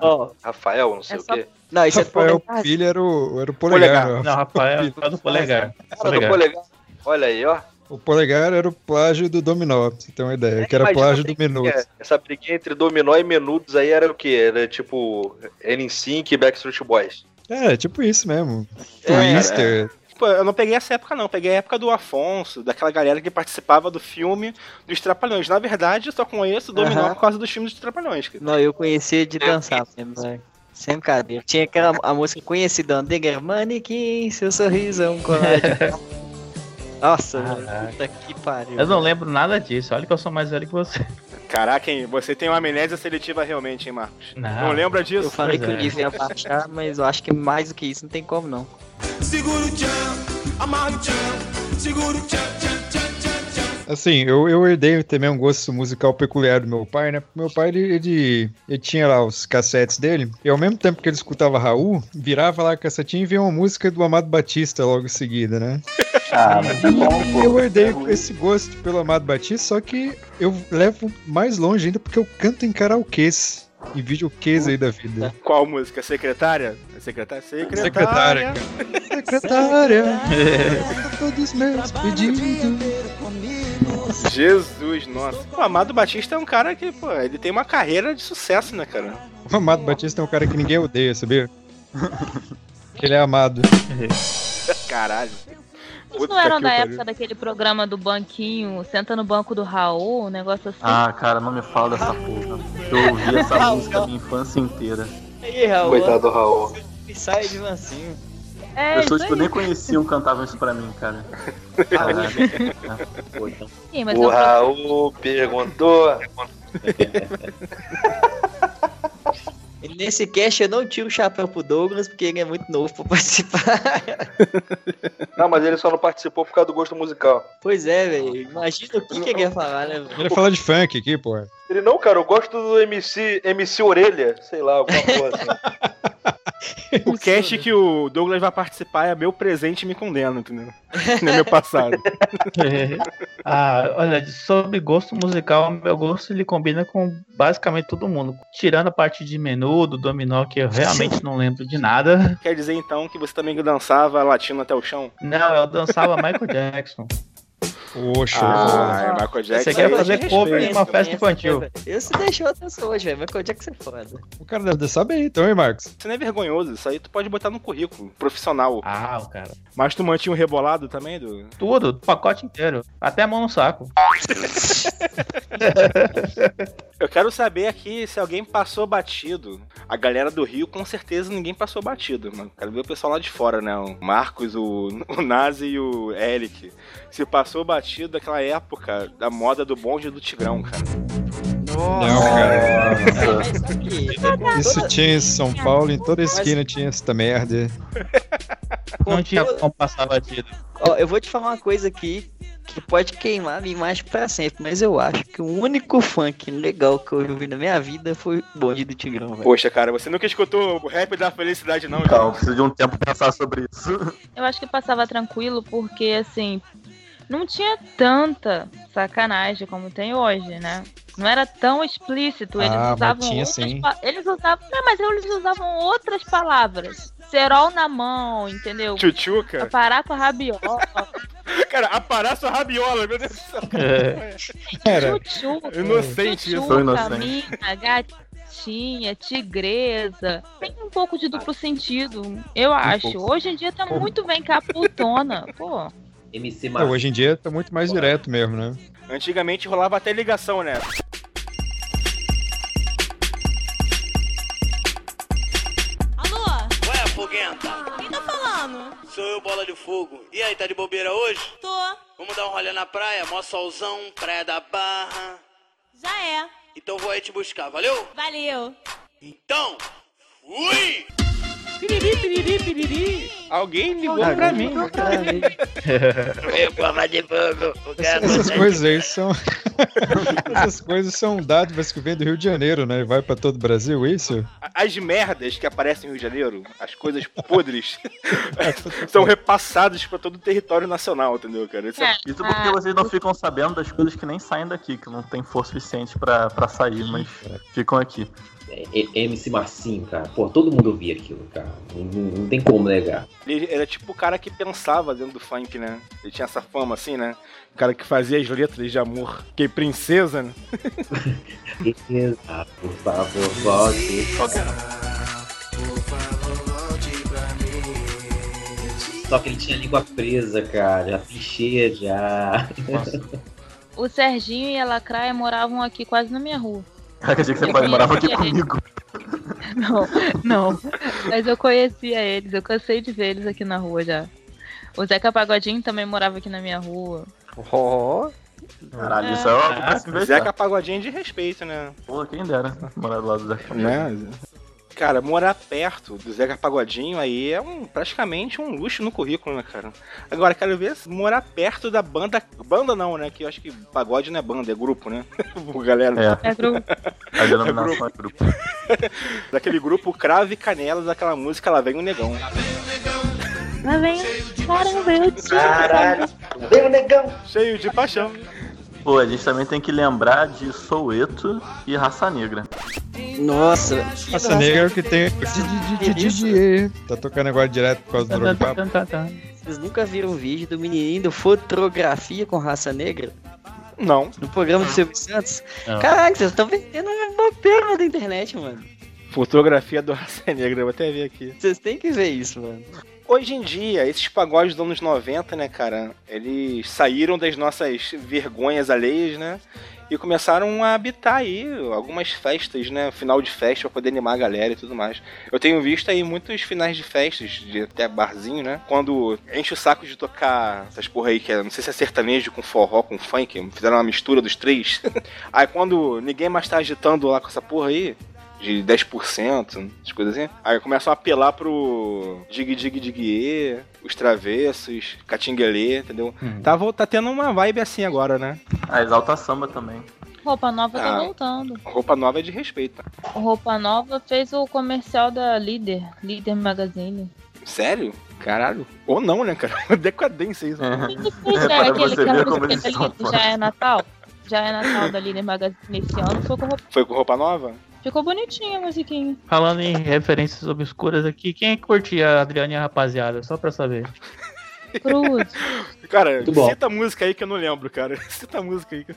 [SPEAKER 6] Ó,
[SPEAKER 11] Rafael, não sei
[SPEAKER 4] É
[SPEAKER 11] o
[SPEAKER 4] só-
[SPEAKER 11] quê.
[SPEAKER 6] não, isso é
[SPEAKER 7] Rafael
[SPEAKER 6] Polegar.
[SPEAKER 7] Filho era o, era o polegar. né? ó.
[SPEAKER 9] Não, Rafael, é do polegar.
[SPEAKER 7] tá
[SPEAKER 11] Cara, do polegar. Olha aí, ó.
[SPEAKER 7] O polegar era o plágio do Dominó, pra você ter uma
[SPEAKER 6] É,
[SPEAKER 7] ideia, que era
[SPEAKER 11] Imagina
[SPEAKER 7] plágio
[SPEAKER 11] a
[SPEAKER 7] do
[SPEAKER 11] briguinha,
[SPEAKER 7] menudos.
[SPEAKER 11] Essa briguinha entre Dominó e Menudos aí era o quê? Era tipo NSYNC e Backstreet Boys.
[SPEAKER 7] É, é tipo isso mesmo.
[SPEAKER 6] É,
[SPEAKER 7] Twister.
[SPEAKER 8] Pô, eu não peguei essa época, não. Peguei a época do Afonso, daquela galera que participava do filme dos Trapalhões. Na verdade, eu só conheço o Dominó
[SPEAKER 6] Aham.
[SPEAKER 8] por causa dos filmes dos Trapalhões. cara.
[SPEAKER 6] Não, eu conhecia
[SPEAKER 11] É,
[SPEAKER 6] de dançar mesmo, velho. Sem brincadeira. Tinha aquela a música conhecida, Digger Manequim, seu sorriso é um colágeno. Nossa, velho, puta que pariu.
[SPEAKER 9] Eu não lembro nada disso. Olha que eu sou mais velho que você.
[SPEAKER 8] Caraca, hein? Você tem uma amnésia seletiva realmente, hein, Marcos?
[SPEAKER 9] Não.
[SPEAKER 8] Não lembra
[SPEAKER 6] Ah, Eu
[SPEAKER 8] disso?
[SPEAKER 6] falei que
[SPEAKER 9] Pois
[SPEAKER 6] o
[SPEAKER 9] é.
[SPEAKER 6] nível ia baixar, mas eu acho que mais do que isso não tem como não.
[SPEAKER 7] Assim, eu, eu herdei também um gosto musical peculiar do meu pai, né? Meu pai, ele, ele, ele tinha lá os cassetes dele, e ao mesmo tempo que ele escutava Raul, virava lá a cassetinha e via uma música do Amado Batista logo em seguida, né?
[SPEAKER 10] Ah, mas é bom, pô.
[SPEAKER 7] Eu herdei esse gosto pelo Amado Batista, só que eu levo mais longe ainda porque eu canto em karaokês, em videokês aí da vida.
[SPEAKER 8] Qual música? Secretária? Secretária? Secretária.
[SPEAKER 7] Secretária, Secretária, todos os meus pedidos.
[SPEAKER 8] Jesus, nossa. O Amado Batista é um cara que, pô, ele tem uma carreira de sucesso, né, cara?
[SPEAKER 7] O Amado Batista é um cara que ninguém odeia, sabia? Ele é amado.
[SPEAKER 8] Caralho.
[SPEAKER 4] Vocês
[SPEAKER 8] Puta
[SPEAKER 4] não eram
[SPEAKER 8] que
[SPEAKER 4] da
[SPEAKER 8] pariu.
[SPEAKER 4] época daquele programa do banquinho, senta no banco do Raul, um negócio assim?
[SPEAKER 10] Ah, cara, não me fala dessa porra. Eu ouvi essa música a minha infância inteira.
[SPEAKER 6] E aí, Raul,
[SPEAKER 11] Coitado do Raul.
[SPEAKER 6] sai de mansinho.
[SPEAKER 4] é, isso
[SPEAKER 10] Pessoas que eu tipo
[SPEAKER 4] aí.
[SPEAKER 10] nem conheciam cantavam isso pra mim, cara. Caralho. É, pô, então.
[SPEAKER 4] Sim, mas
[SPEAKER 11] O
[SPEAKER 4] eu-
[SPEAKER 11] Raul perguntou.
[SPEAKER 6] Ele Nesse cast eu não tiro o chapéu pro Douglas, porque ele é muito novo pra participar.
[SPEAKER 11] Não, mas ele só não participou por causa do gosto musical.
[SPEAKER 6] Pois é, velho. Imagina o que, que ele ia falar, né, velho?
[SPEAKER 7] Ele fala de funk aqui, pô.
[SPEAKER 11] Ele não, cara, eu gosto do MC, MC Orelha, sei lá, alguma coisa assim.
[SPEAKER 8] O cast que o Douglas vai participar é meu presente e me condena, entendeu? Não é meu passado.
[SPEAKER 9] É. Ah, olha, sobre gosto musical, meu gosto ele combina com basicamente todo mundo. Tirando a parte de menudo, dominó, que eu realmente não lembro de nada.
[SPEAKER 8] Quer dizer então que você também dançava latino até o chão?
[SPEAKER 9] Não, eu dançava Michael Jackson.
[SPEAKER 7] Poxa.
[SPEAKER 8] Ah, é Michael Jackson.
[SPEAKER 9] Você quer
[SPEAKER 8] aí,
[SPEAKER 9] fazer
[SPEAKER 8] gente,
[SPEAKER 9] cover em
[SPEAKER 8] respeito.
[SPEAKER 9] uma festa infantil?
[SPEAKER 6] Eu se deixou até sou hoje, velho. Michael Jackson é foda.
[SPEAKER 7] O cara deve saber então, hein, Marcos?
[SPEAKER 8] Isso não é vergonhoso, isso aí tu pode botar no currículo profissional.
[SPEAKER 9] Ah, o cara.
[SPEAKER 8] Mas tu mantinha um rebolado também, do
[SPEAKER 9] Tudo, o pacote inteiro. Até a mão no saco.
[SPEAKER 8] Eu quero saber aqui se alguém passou batido. A galera do Rio, com certeza, ninguém passou batido, mano. Quero ver o pessoal lá de fora, né? O Marcos, o, o Nazi e o Eric. Se passou batido daquela época da moda do bonde do Tigrão, cara.
[SPEAKER 7] Não,
[SPEAKER 11] Ah,
[SPEAKER 7] cara.
[SPEAKER 6] Mas
[SPEAKER 11] é.
[SPEAKER 6] só que toda-
[SPEAKER 7] Isso tinha em São Paulo, em toda esquina tinha essa merda.
[SPEAKER 9] Não tinha como passar batido.
[SPEAKER 6] Ó, eu vou te falar uma coisa aqui que pode queimar a minha imagem pra sempre, mas eu acho que o único funk legal que eu ouvi na minha vida foi o Bonde do Tigrão, velho.
[SPEAKER 8] Poxa, cara, você nunca escutou o rap da felicidade, não,
[SPEAKER 10] Calma,
[SPEAKER 8] cara?
[SPEAKER 10] preciso de um tempo pra pensar sobre isso.
[SPEAKER 4] Eu acho que passava tranquilo porque, assim, não tinha tanta sacanagem como tem hoje, né? Não era tão explícito. Eles
[SPEAKER 7] Ah, mas
[SPEAKER 4] usavam.
[SPEAKER 7] tinha
[SPEAKER 4] outras
[SPEAKER 7] sim.
[SPEAKER 4] pa- Eles usavam. Não, mas eles usavam outras palavras. Cerol na mão, entendeu?
[SPEAKER 8] Tchutchuca?
[SPEAKER 4] Aparar com a rabiola,
[SPEAKER 8] Cara, aparar sua rabiola, meu Deus do céu.
[SPEAKER 9] É.
[SPEAKER 7] Cara,
[SPEAKER 4] tchutchuca,
[SPEAKER 8] Inocente isso.
[SPEAKER 4] tchutchuca,
[SPEAKER 10] Sou inocente.
[SPEAKER 4] mina, gatinha, tigresa. Tem um pouco de duplo sentido,
[SPEAKER 8] Um
[SPEAKER 4] eu acho. Hoje em dia tá muito bem caputona. Pô,
[SPEAKER 5] MC
[SPEAKER 7] é,
[SPEAKER 5] Marcos.
[SPEAKER 7] hoje em dia tá muito mais direto mesmo, né?
[SPEAKER 8] Antigamente rolava até ligação, né?
[SPEAKER 12] Alô?
[SPEAKER 1] Ué, é foguenta,
[SPEAKER 12] Quem tá falando?
[SPEAKER 1] sou eu, bola de fogo. E aí, tá de bobeira hoje?
[SPEAKER 12] Tô.
[SPEAKER 1] Vamos dar um rolê na praia, mó solzão, praia da barra.
[SPEAKER 12] Já é.
[SPEAKER 1] Então vou aí te buscar, valeu?
[SPEAKER 12] Valeu.
[SPEAKER 1] Então, fui!
[SPEAKER 8] Alguém ligou pra mim.
[SPEAKER 1] Meu bola de fogo, o
[SPEAKER 6] Tá
[SPEAKER 1] cara
[SPEAKER 7] Essas coisas aí são. Essas coisas são dádivas que vem do Rio de Janeiro, né? E vai pra todo o Brasil, isso?
[SPEAKER 8] As merdas que aparecem no Rio de Janeiro, as coisas podres, são repassadas pra todo o território nacional, entendeu, cara? Isso é
[SPEAKER 4] É,
[SPEAKER 10] Isso porque
[SPEAKER 4] Ah,
[SPEAKER 10] vocês não ficam sabendo das coisas que nem saem daqui, que não tem força suficiente pra, pra sair, mas ficam aqui.
[SPEAKER 5] E- MC é Marcinho, cara. Pô, todo mundo ouvia aquilo, cara. Não, não- não tem como negar.
[SPEAKER 8] Ele era tipo o cara que pensava dentro do funk, né? Ele tinha essa fama assim, né? O cara que fazia as letras de amor. Que princesa, né?
[SPEAKER 5] Exato, por favor, volte. Só que ele tinha a língua presa, cara. Já pichei, já.
[SPEAKER 4] o Serginho e a Lacraia moravam aqui quase na minha rua.
[SPEAKER 10] Caraca, achei que você quase morava aqui comigo.
[SPEAKER 4] Não, não. Mas eu conhecia eles, eu cansei de ver eles aqui na rua já. O Zeca Pagodinho também morava aqui na minha rua.
[SPEAKER 6] Ó,
[SPEAKER 10] Caralho, isso é uma coisa que inventar.
[SPEAKER 8] Zeca Pagodinho de respeito, né?
[SPEAKER 10] Pô, quem dera morar do lado da
[SPEAKER 8] né? Cara, morar perto do Zeca Pagodinho aí é um, praticamente um luxo no currículo, né, cara? Agora, quero ver se morar perto da banda. Banda não, né? Que eu acho que pagode não é banda, é grupo, né? Galera,
[SPEAKER 10] É,
[SPEAKER 4] É gru-
[SPEAKER 10] a denominação é grupo.
[SPEAKER 8] daquele grupo Crave e Canela, daquela música Lá Vem o Negão.
[SPEAKER 4] Lá vem, caramba, eu te
[SPEAKER 5] Caralho. Deu né, negão.
[SPEAKER 8] Cheio de paixão.
[SPEAKER 10] Pô, a gente também tem que lembrar de Soueto e Raça Negra.
[SPEAKER 6] Nossa.
[SPEAKER 7] Raça Negra é o que tem. Tá tocando agora direto por causa do Drone Papo.
[SPEAKER 6] Vocês nunca viram o vídeo do menininho do Fotografia com Raça Negra?
[SPEAKER 8] Não.
[SPEAKER 6] No programa do Silvio Santos?
[SPEAKER 9] Não.
[SPEAKER 6] Caraca, vocês estão vendendo uma pérola da internet, mano.
[SPEAKER 8] Fotografia do Raça Negra, eu vou até ver aqui.
[SPEAKER 6] Vocês têm que ver isso, mano.
[SPEAKER 8] Hoje em dia, esses pagodes dos anos 90, né, cara? Eles saíram das nossas vergonhas alheias, né? E começaram a habitar aí algumas festas, né? Final de festa pra poder animar a galera e tudo mais. Eu tenho visto aí muitos finais de festas, de até barzinho, né? Quando enche o saco de tocar essas porra aí, que é, não sei se é sertanejo com forró, com funk, fizeram uma mistura dos três. aí quando ninguém mais tá agitando lá com essa porra aí, de 10%, essas coisas assim. Aí começam a apelar pro Dig Dig Dig E, os travessos, Catinguelê, entendeu? Tá, vo- tá tendo uma vibe assim agora, né?
[SPEAKER 10] A Exalta Samba também.
[SPEAKER 4] Roupa nova tá
[SPEAKER 8] Ah.
[SPEAKER 4] voltando.
[SPEAKER 8] Roupa nova é de respeito. tá?
[SPEAKER 4] Roupa nova fez o comercial da Líder, Líder Magazine.
[SPEAKER 8] Sério? Caralho. Ou não, né, cara? Uma Decadência isso.
[SPEAKER 4] Pois é,
[SPEAKER 8] Pra
[SPEAKER 4] aquele
[SPEAKER 8] você
[SPEAKER 4] que a
[SPEAKER 8] ver como
[SPEAKER 4] música
[SPEAKER 8] eles
[SPEAKER 4] da
[SPEAKER 8] são
[SPEAKER 4] Líder já é Natal. Já é Natal da Líder Magazine esse ano. Ficou, com roupa-
[SPEAKER 8] Foi com roupa nova?
[SPEAKER 4] ficou bonitinha a musiquinha.
[SPEAKER 9] Falando em referências obscuras aqui, quem é que curtia a Adriane e a rapaziada? Só pra saber.
[SPEAKER 4] Cruz.
[SPEAKER 8] Cara,
[SPEAKER 9] Muito bom.
[SPEAKER 8] cita a música aí que eu não lembro, cara. Cita a música aí. que-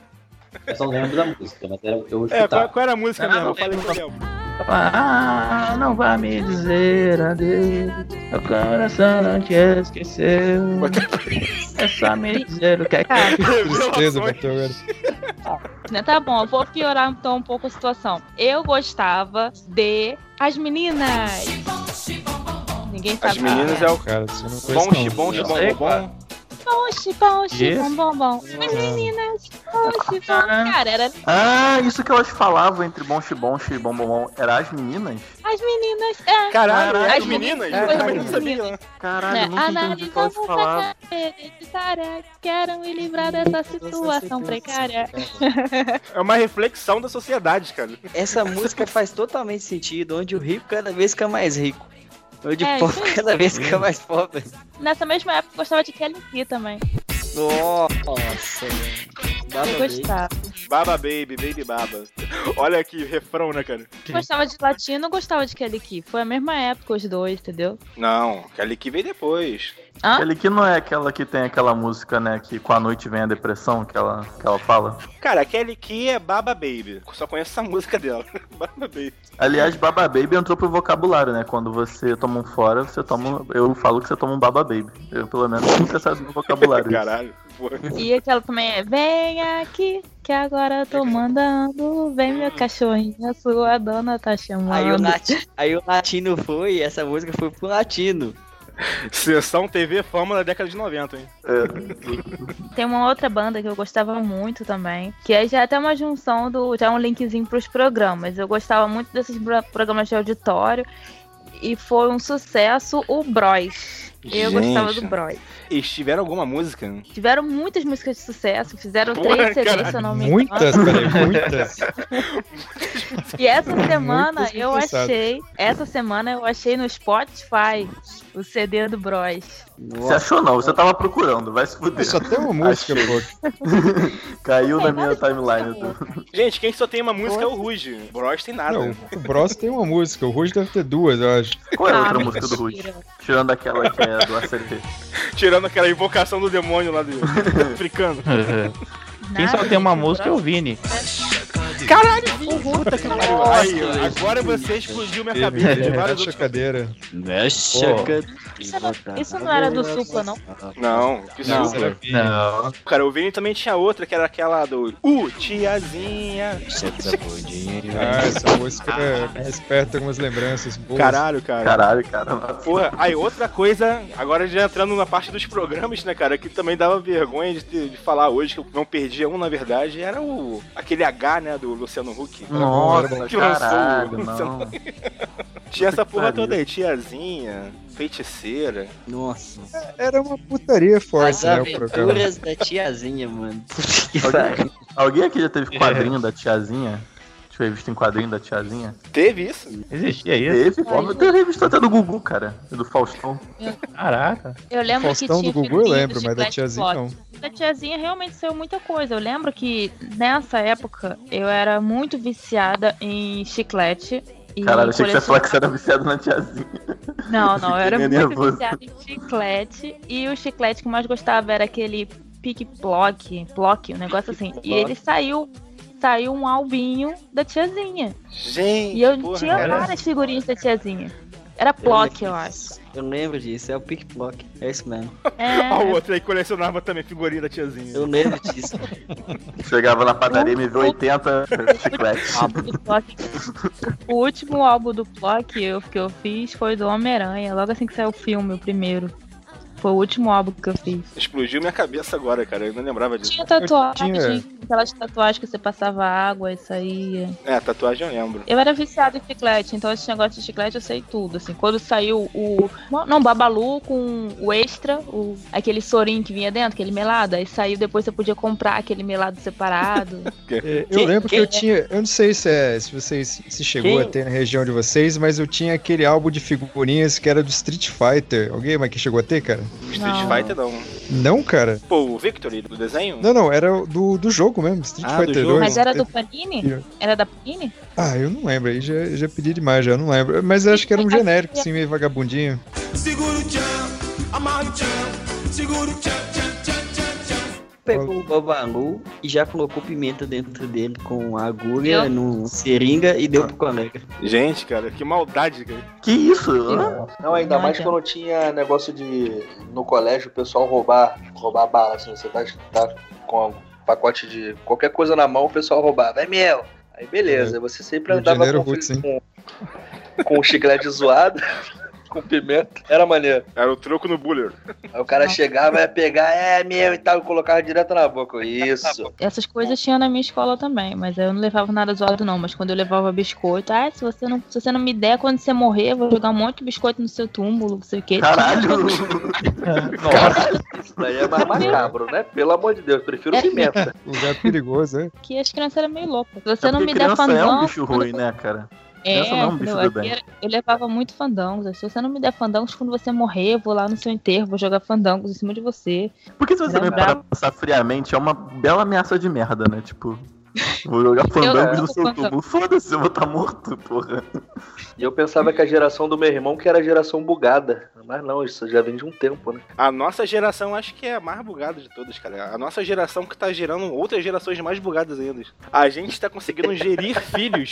[SPEAKER 5] Eu só lembro da música, mas era, eu
[SPEAKER 8] É,
[SPEAKER 5] escutava.
[SPEAKER 8] qual, qual era a música
[SPEAKER 9] Ah,
[SPEAKER 8] mesmo?
[SPEAKER 9] não
[SPEAKER 8] Eu falei que eu lembro.
[SPEAKER 9] Ah, não vá me dizer adeus. Meu coração não te esqueceu. É só me dizer o que é que
[SPEAKER 4] Cara.
[SPEAKER 7] Tristeza, bateu agora.
[SPEAKER 4] Né, Tá bom, eu vou piorar então um pouco a situação. Eu gostava de As Meninas. Ninguém sabe.
[SPEAKER 8] As meninas é o.
[SPEAKER 7] Cara, você não
[SPEAKER 8] Bom,
[SPEAKER 7] conhece, não.
[SPEAKER 8] bom,
[SPEAKER 7] Eu
[SPEAKER 8] bom,
[SPEAKER 7] sei,
[SPEAKER 8] bom.
[SPEAKER 4] Oxi, bom, oxi,
[SPEAKER 10] Yes.
[SPEAKER 4] bom, bom, bom. As meninas, oxi, bom. Cara, era
[SPEAKER 10] Ah, isso que elas falavam entre bom, xibom, xibom, bom, bom, era as meninas?
[SPEAKER 4] As meninas. É.
[SPEAKER 10] Caralho,
[SPEAKER 4] as
[SPEAKER 10] as meninas?
[SPEAKER 8] É,
[SPEAKER 4] As
[SPEAKER 10] Eu também não
[SPEAKER 4] meninas.
[SPEAKER 10] Caralho,
[SPEAKER 4] Né?
[SPEAKER 10] eu nunca entendi o que elas
[SPEAKER 4] Analisamos
[SPEAKER 10] falavam.
[SPEAKER 4] a carreira, quero me livrar dessa situação precária.
[SPEAKER 8] É uma reflexão da sociedade, cara.
[SPEAKER 6] Essa música faz totalmente sentido, onde o rico cada vez fica mais rico. Onde
[SPEAKER 4] É,
[SPEAKER 6] o pobre
[SPEAKER 4] isso aí.
[SPEAKER 6] cada vez fica mais pobre.
[SPEAKER 4] Nessa mesma época eu gostava de Kelly Key também.
[SPEAKER 6] Nossa,
[SPEAKER 4] Eu gostava.
[SPEAKER 8] Baba Baby, Baby Baba. Olha aqui, refrão, né, cara?
[SPEAKER 4] Gostava de latino, gostava de Kelly Key. Foi a mesma época os dois, entendeu?
[SPEAKER 8] Não, aquele que veio depois.
[SPEAKER 4] Hã?
[SPEAKER 10] Aquele que não é aquela que tem aquela música, né, que com a noite vem a depressão, que ela, que ela fala.
[SPEAKER 8] Cara, aquele que é Baba Baby. Só conheço essa música dela. Baba Baby.
[SPEAKER 10] Aliás, Baba Baby entrou pro vocabulário, né? Quando você toma um fora, você toma. um- Eu falo que você toma um Baba Baby. Eu, pelo menos, nunca saio do meu vocabulário.
[SPEAKER 8] Caralho, porra.
[SPEAKER 4] E aquela também é, vem aqui, que agora eu tô mandando. Vem meu cachorrinho, a sua dona tá chamando.
[SPEAKER 6] Aí o, lati- aí o latino foi, e essa música foi pro latino.
[SPEAKER 8] Sessão TV fama da década de 90, hein?
[SPEAKER 10] É,
[SPEAKER 4] Tem uma outra banda que eu gostava muito também, que é já até uma junção do. já é um linkzinho pros programas. Eu gostava muito desses bra- programas de auditório e foi um sucesso o Bros. Eu
[SPEAKER 8] Gente.
[SPEAKER 4] gostava do Bros.
[SPEAKER 8] Eles tiveram alguma música?
[SPEAKER 4] Tiveram muitas músicas de sucesso, fizeram
[SPEAKER 8] Porra,
[SPEAKER 4] três CDs, se eu
[SPEAKER 8] caralho,
[SPEAKER 4] não me engano.
[SPEAKER 7] Muitas, peraí, muitas.
[SPEAKER 4] E essa semana
[SPEAKER 7] Muitas
[SPEAKER 4] eu
[SPEAKER 7] sucessos.
[SPEAKER 4] achei, essa semana eu achei no Spotify o CD do Bros.
[SPEAKER 10] Você achou não, você tava procurando, vai se fuder.
[SPEAKER 7] Só tem uma música, pô.
[SPEAKER 10] Caiu na minha timeline.
[SPEAKER 8] Gente, quem só tem uma música é o Ruge. Bros tem nada.
[SPEAKER 7] Não, o Bros tem uma música, o Ruge deve ter duas, eu acho.
[SPEAKER 10] Qual é
[SPEAKER 4] Ah,
[SPEAKER 10] a outra
[SPEAKER 7] mas
[SPEAKER 10] música do Rush?
[SPEAKER 4] mentira.
[SPEAKER 10] Tirando aquela que é do ACT.
[SPEAKER 8] Tirando aquela invocação do demônio lá do africano.
[SPEAKER 9] Quem só tem uma música é o Vini.
[SPEAKER 8] Caralho, puta que pariu. Aí, ó, agora você explodiu minha cabeça de vários
[SPEAKER 7] Mexe a cadeira.
[SPEAKER 6] Mexe
[SPEAKER 8] a
[SPEAKER 4] Isso não era do Supla, não?
[SPEAKER 8] Não, que
[SPEAKER 9] Não,
[SPEAKER 8] super.
[SPEAKER 7] Ah,
[SPEAKER 9] não.
[SPEAKER 8] Cara, o Vini também tinha outra, que era aquela do... Uh, tiazinha.
[SPEAKER 7] Ah, essa música desperta algumas lembranças boas.
[SPEAKER 8] Caralho, cara.
[SPEAKER 10] Caralho, cara.
[SPEAKER 8] Porra, aí outra coisa, agora já entrando na parte dos programas, né, cara, que também dava vergonha de, ter- de falar hoje, que eu não perdia um, na verdade, era o aquele H, né, do Luciano Huck.
[SPEAKER 10] Nossa,
[SPEAKER 8] Que lançou o-
[SPEAKER 10] caralho, não.
[SPEAKER 8] Tinha essa
[SPEAKER 10] que
[SPEAKER 8] porra
[SPEAKER 10] pariu.
[SPEAKER 8] toda aí, tiazinha, feiticeira.
[SPEAKER 6] Nossa.
[SPEAKER 7] Era uma putaria
[SPEAKER 6] As
[SPEAKER 7] forte, né, o programa.
[SPEAKER 6] aventuras da tiazinha, mano.
[SPEAKER 10] Alguém, alguém aqui já teve quadrinho da tiazinha? Tipo, revista em quadrinho da tiazinha?
[SPEAKER 8] Teve isso?
[SPEAKER 9] Existia isso?
[SPEAKER 10] Teve, óbvio. Tem revista até do Gugu, cara. E do Faustão.
[SPEAKER 9] Caraca.
[SPEAKER 4] Eu lembro que
[SPEAKER 7] Faustão
[SPEAKER 4] tinha
[SPEAKER 7] do Gugu eu
[SPEAKER 4] figurinha do
[SPEAKER 7] lembro, mas da
[SPEAKER 4] Chiclete
[SPEAKER 7] tiazinha
[SPEAKER 4] Fox.
[SPEAKER 7] não.
[SPEAKER 4] Da tiazinha realmente saiu muita coisa. Eu lembro que nessa época eu era muito viciada em chiclete. E
[SPEAKER 10] Caralho, achei que você ia falar
[SPEAKER 4] colecionava-
[SPEAKER 10] que você era viciado na tiazinha.
[SPEAKER 4] Não, não, eu era
[SPEAKER 10] Fiquei
[SPEAKER 4] muito
[SPEAKER 10] nervoso.
[SPEAKER 4] viciada em chiclete. E o chiclete que eu mais gostava era aquele pique-plock, plock, um negócio assim. E ele saiu, saiu um albinho da tiazinha.
[SPEAKER 8] Gente,
[SPEAKER 4] E eu
[SPEAKER 8] porra,
[SPEAKER 4] tinha
[SPEAKER 8] cara.
[SPEAKER 4] várias né? figurinhas da tiazinha. Era plock, eu acho.
[SPEAKER 6] Eu lembro disso, é o pick-block. É isso mesmo.
[SPEAKER 4] É,
[SPEAKER 8] Ó, o outro aí colecionava também figurinha da tiazinha.
[SPEAKER 6] Eu lembro disso.
[SPEAKER 10] Chegava na padaria e me viu 80 chicletes.
[SPEAKER 4] álbum do Flock. O último álbum do Flock eu- que eu fiz foi do Homem-Aranha, logo assim que saiu o filme, o primeiro. Foi o último álbum que eu fiz.
[SPEAKER 8] Explodiu minha cabeça agora, cara. Eu não lembrava disso.
[SPEAKER 4] Tinha tatuagem, aquelas tatuagens que você passava água e saía.
[SPEAKER 8] É, tatuagem eu lembro.
[SPEAKER 4] Eu era viciada em chiclete, então esse negócio de chiclete eu sei tudo, assim. Quando saiu o... Não, Babalu com o Extra, o... aquele sorinho que vinha dentro, aquele melado. Aí saiu, depois você podia comprar aquele melado separado.
[SPEAKER 7] É, Eu lembro que eu tinha. Eu não sei se, é, se vocês se chegou
[SPEAKER 4] Quem?
[SPEAKER 7] a ter na região de vocês, mas eu tinha aquele álbum de figurinhas que era do Street Fighter. Alguém mais que chegou a ter, cara?
[SPEAKER 8] Street Fighter não.
[SPEAKER 7] Não, cara.
[SPEAKER 8] Pô, o Victory do desenho?
[SPEAKER 7] Não, não, era o do, do jogo mesmo, Street
[SPEAKER 8] Ah, do
[SPEAKER 7] Fighter
[SPEAKER 8] jogo.
[SPEAKER 7] 2.
[SPEAKER 4] Mas era do Panini?
[SPEAKER 7] Eu-
[SPEAKER 4] Era da Panini?
[SPEAKER 7] Ah, eu não lembro, aí já, já pedi demais, já eu não lembro. Mas eu acho que era um genérico, assim, meio vagabundinho.
[SPEAKER 13] Seguro o tchan, amarra o tchan, seguro o tchan, tchan, tchan, tchan, tchan.
[SPEAKER 6] Pegou o Babalu e já colocou pimenta dentro dele com a agulha
[SPEAKER 8] Eu?
[SPEAKER 6] num seringa e
[SPEAKER 1] Ah.
[SPEAKER 6] deu pro colega.
[SPEAKER 8] Gente, cara, que maldade, cara.
[SPEAKER 6] Que isso?
[SPEAKER 1] Não, ainda mais quando tinha negócio de. No colégio, o pessoal roubar, roubar bala, assim, você tá, tá com um pacote de qualquer coisa na mão, o pessoal roubava. É meu! Aí beleza,
[SPEAKER 6] É.
[SPEAKER 1] você sempre
[SPEAKER 7] Rio de
[SPEAKER 1] andava
[SPEAKER 7] Janeiro
[SPEAKER 1] com,
[SPEAKER 7] roots, hein?
[SPEAKER 1] com chiclete zoado, com pimenta. Era maneiro.
[SPEAKER 8] Era o troco no buller.
[SPEAKER 1] Aí o cara chegava, ia pegar, é meu e tal, e colocava direto na boca. Eu, Isso.
[SPEAKER 4] Essas coisas tinha na minha escola também, mas eu não levava nada zoado não, mas quando eu levava biscoito, ah, se você não, se você não me der quando você morrer, eu vou jogar um monte de biscoito no seu túmulo, não sei o quê.
[SPEAKER 1] Caralho, isso daí é mais macabro, né? Pelo amor de Deus, prefiro pimenta.
[SPEAKER 7] Um Lugar perigoso, né?
[SPEAKER 4] que as crianças eram meio loucas. Se você não me der
[SPEAKER 10] criança é um
[SPEAKER 4] fandangos,
[SPEAKER 10] bicho ruim, né, cara?
[SPEAKER 4] É,
[SPEAKER 10] Criança não é um bicho
[SPEAKER 4] eu,
[SPEAKER 10] do
[SPEAKER 4] aqui
[SPEAKER 10] bem.
[SPEAKER 4] era- eu levava muito fandangos. assim. Se você não me der fandangos, quando você morrer, eu vou lá no seu enterro, vou jogar fandangos em cima de você.
[SPEAKER 10] Por que se você também para passar friamente, é uma bela ameaça de merda, né? Tipo, vou jogar fandangos
[SPEAKER 1] Eu-
[SPEAKER 10] no seu túmulo. Foda-se, eu vou estar morto, porra.
[SPEAKER 1] E eu pensava que a geração do meu irmão que era a geração bugada. Mas não, isso já vem de um tempo, né?
[SPEAKER 8] A nossa geração acho que é a mais bugada de todas, cara. A nossa geração que tá gerando outras gerações mais bugadas ainda. A gente tá conseguindo gerir filhos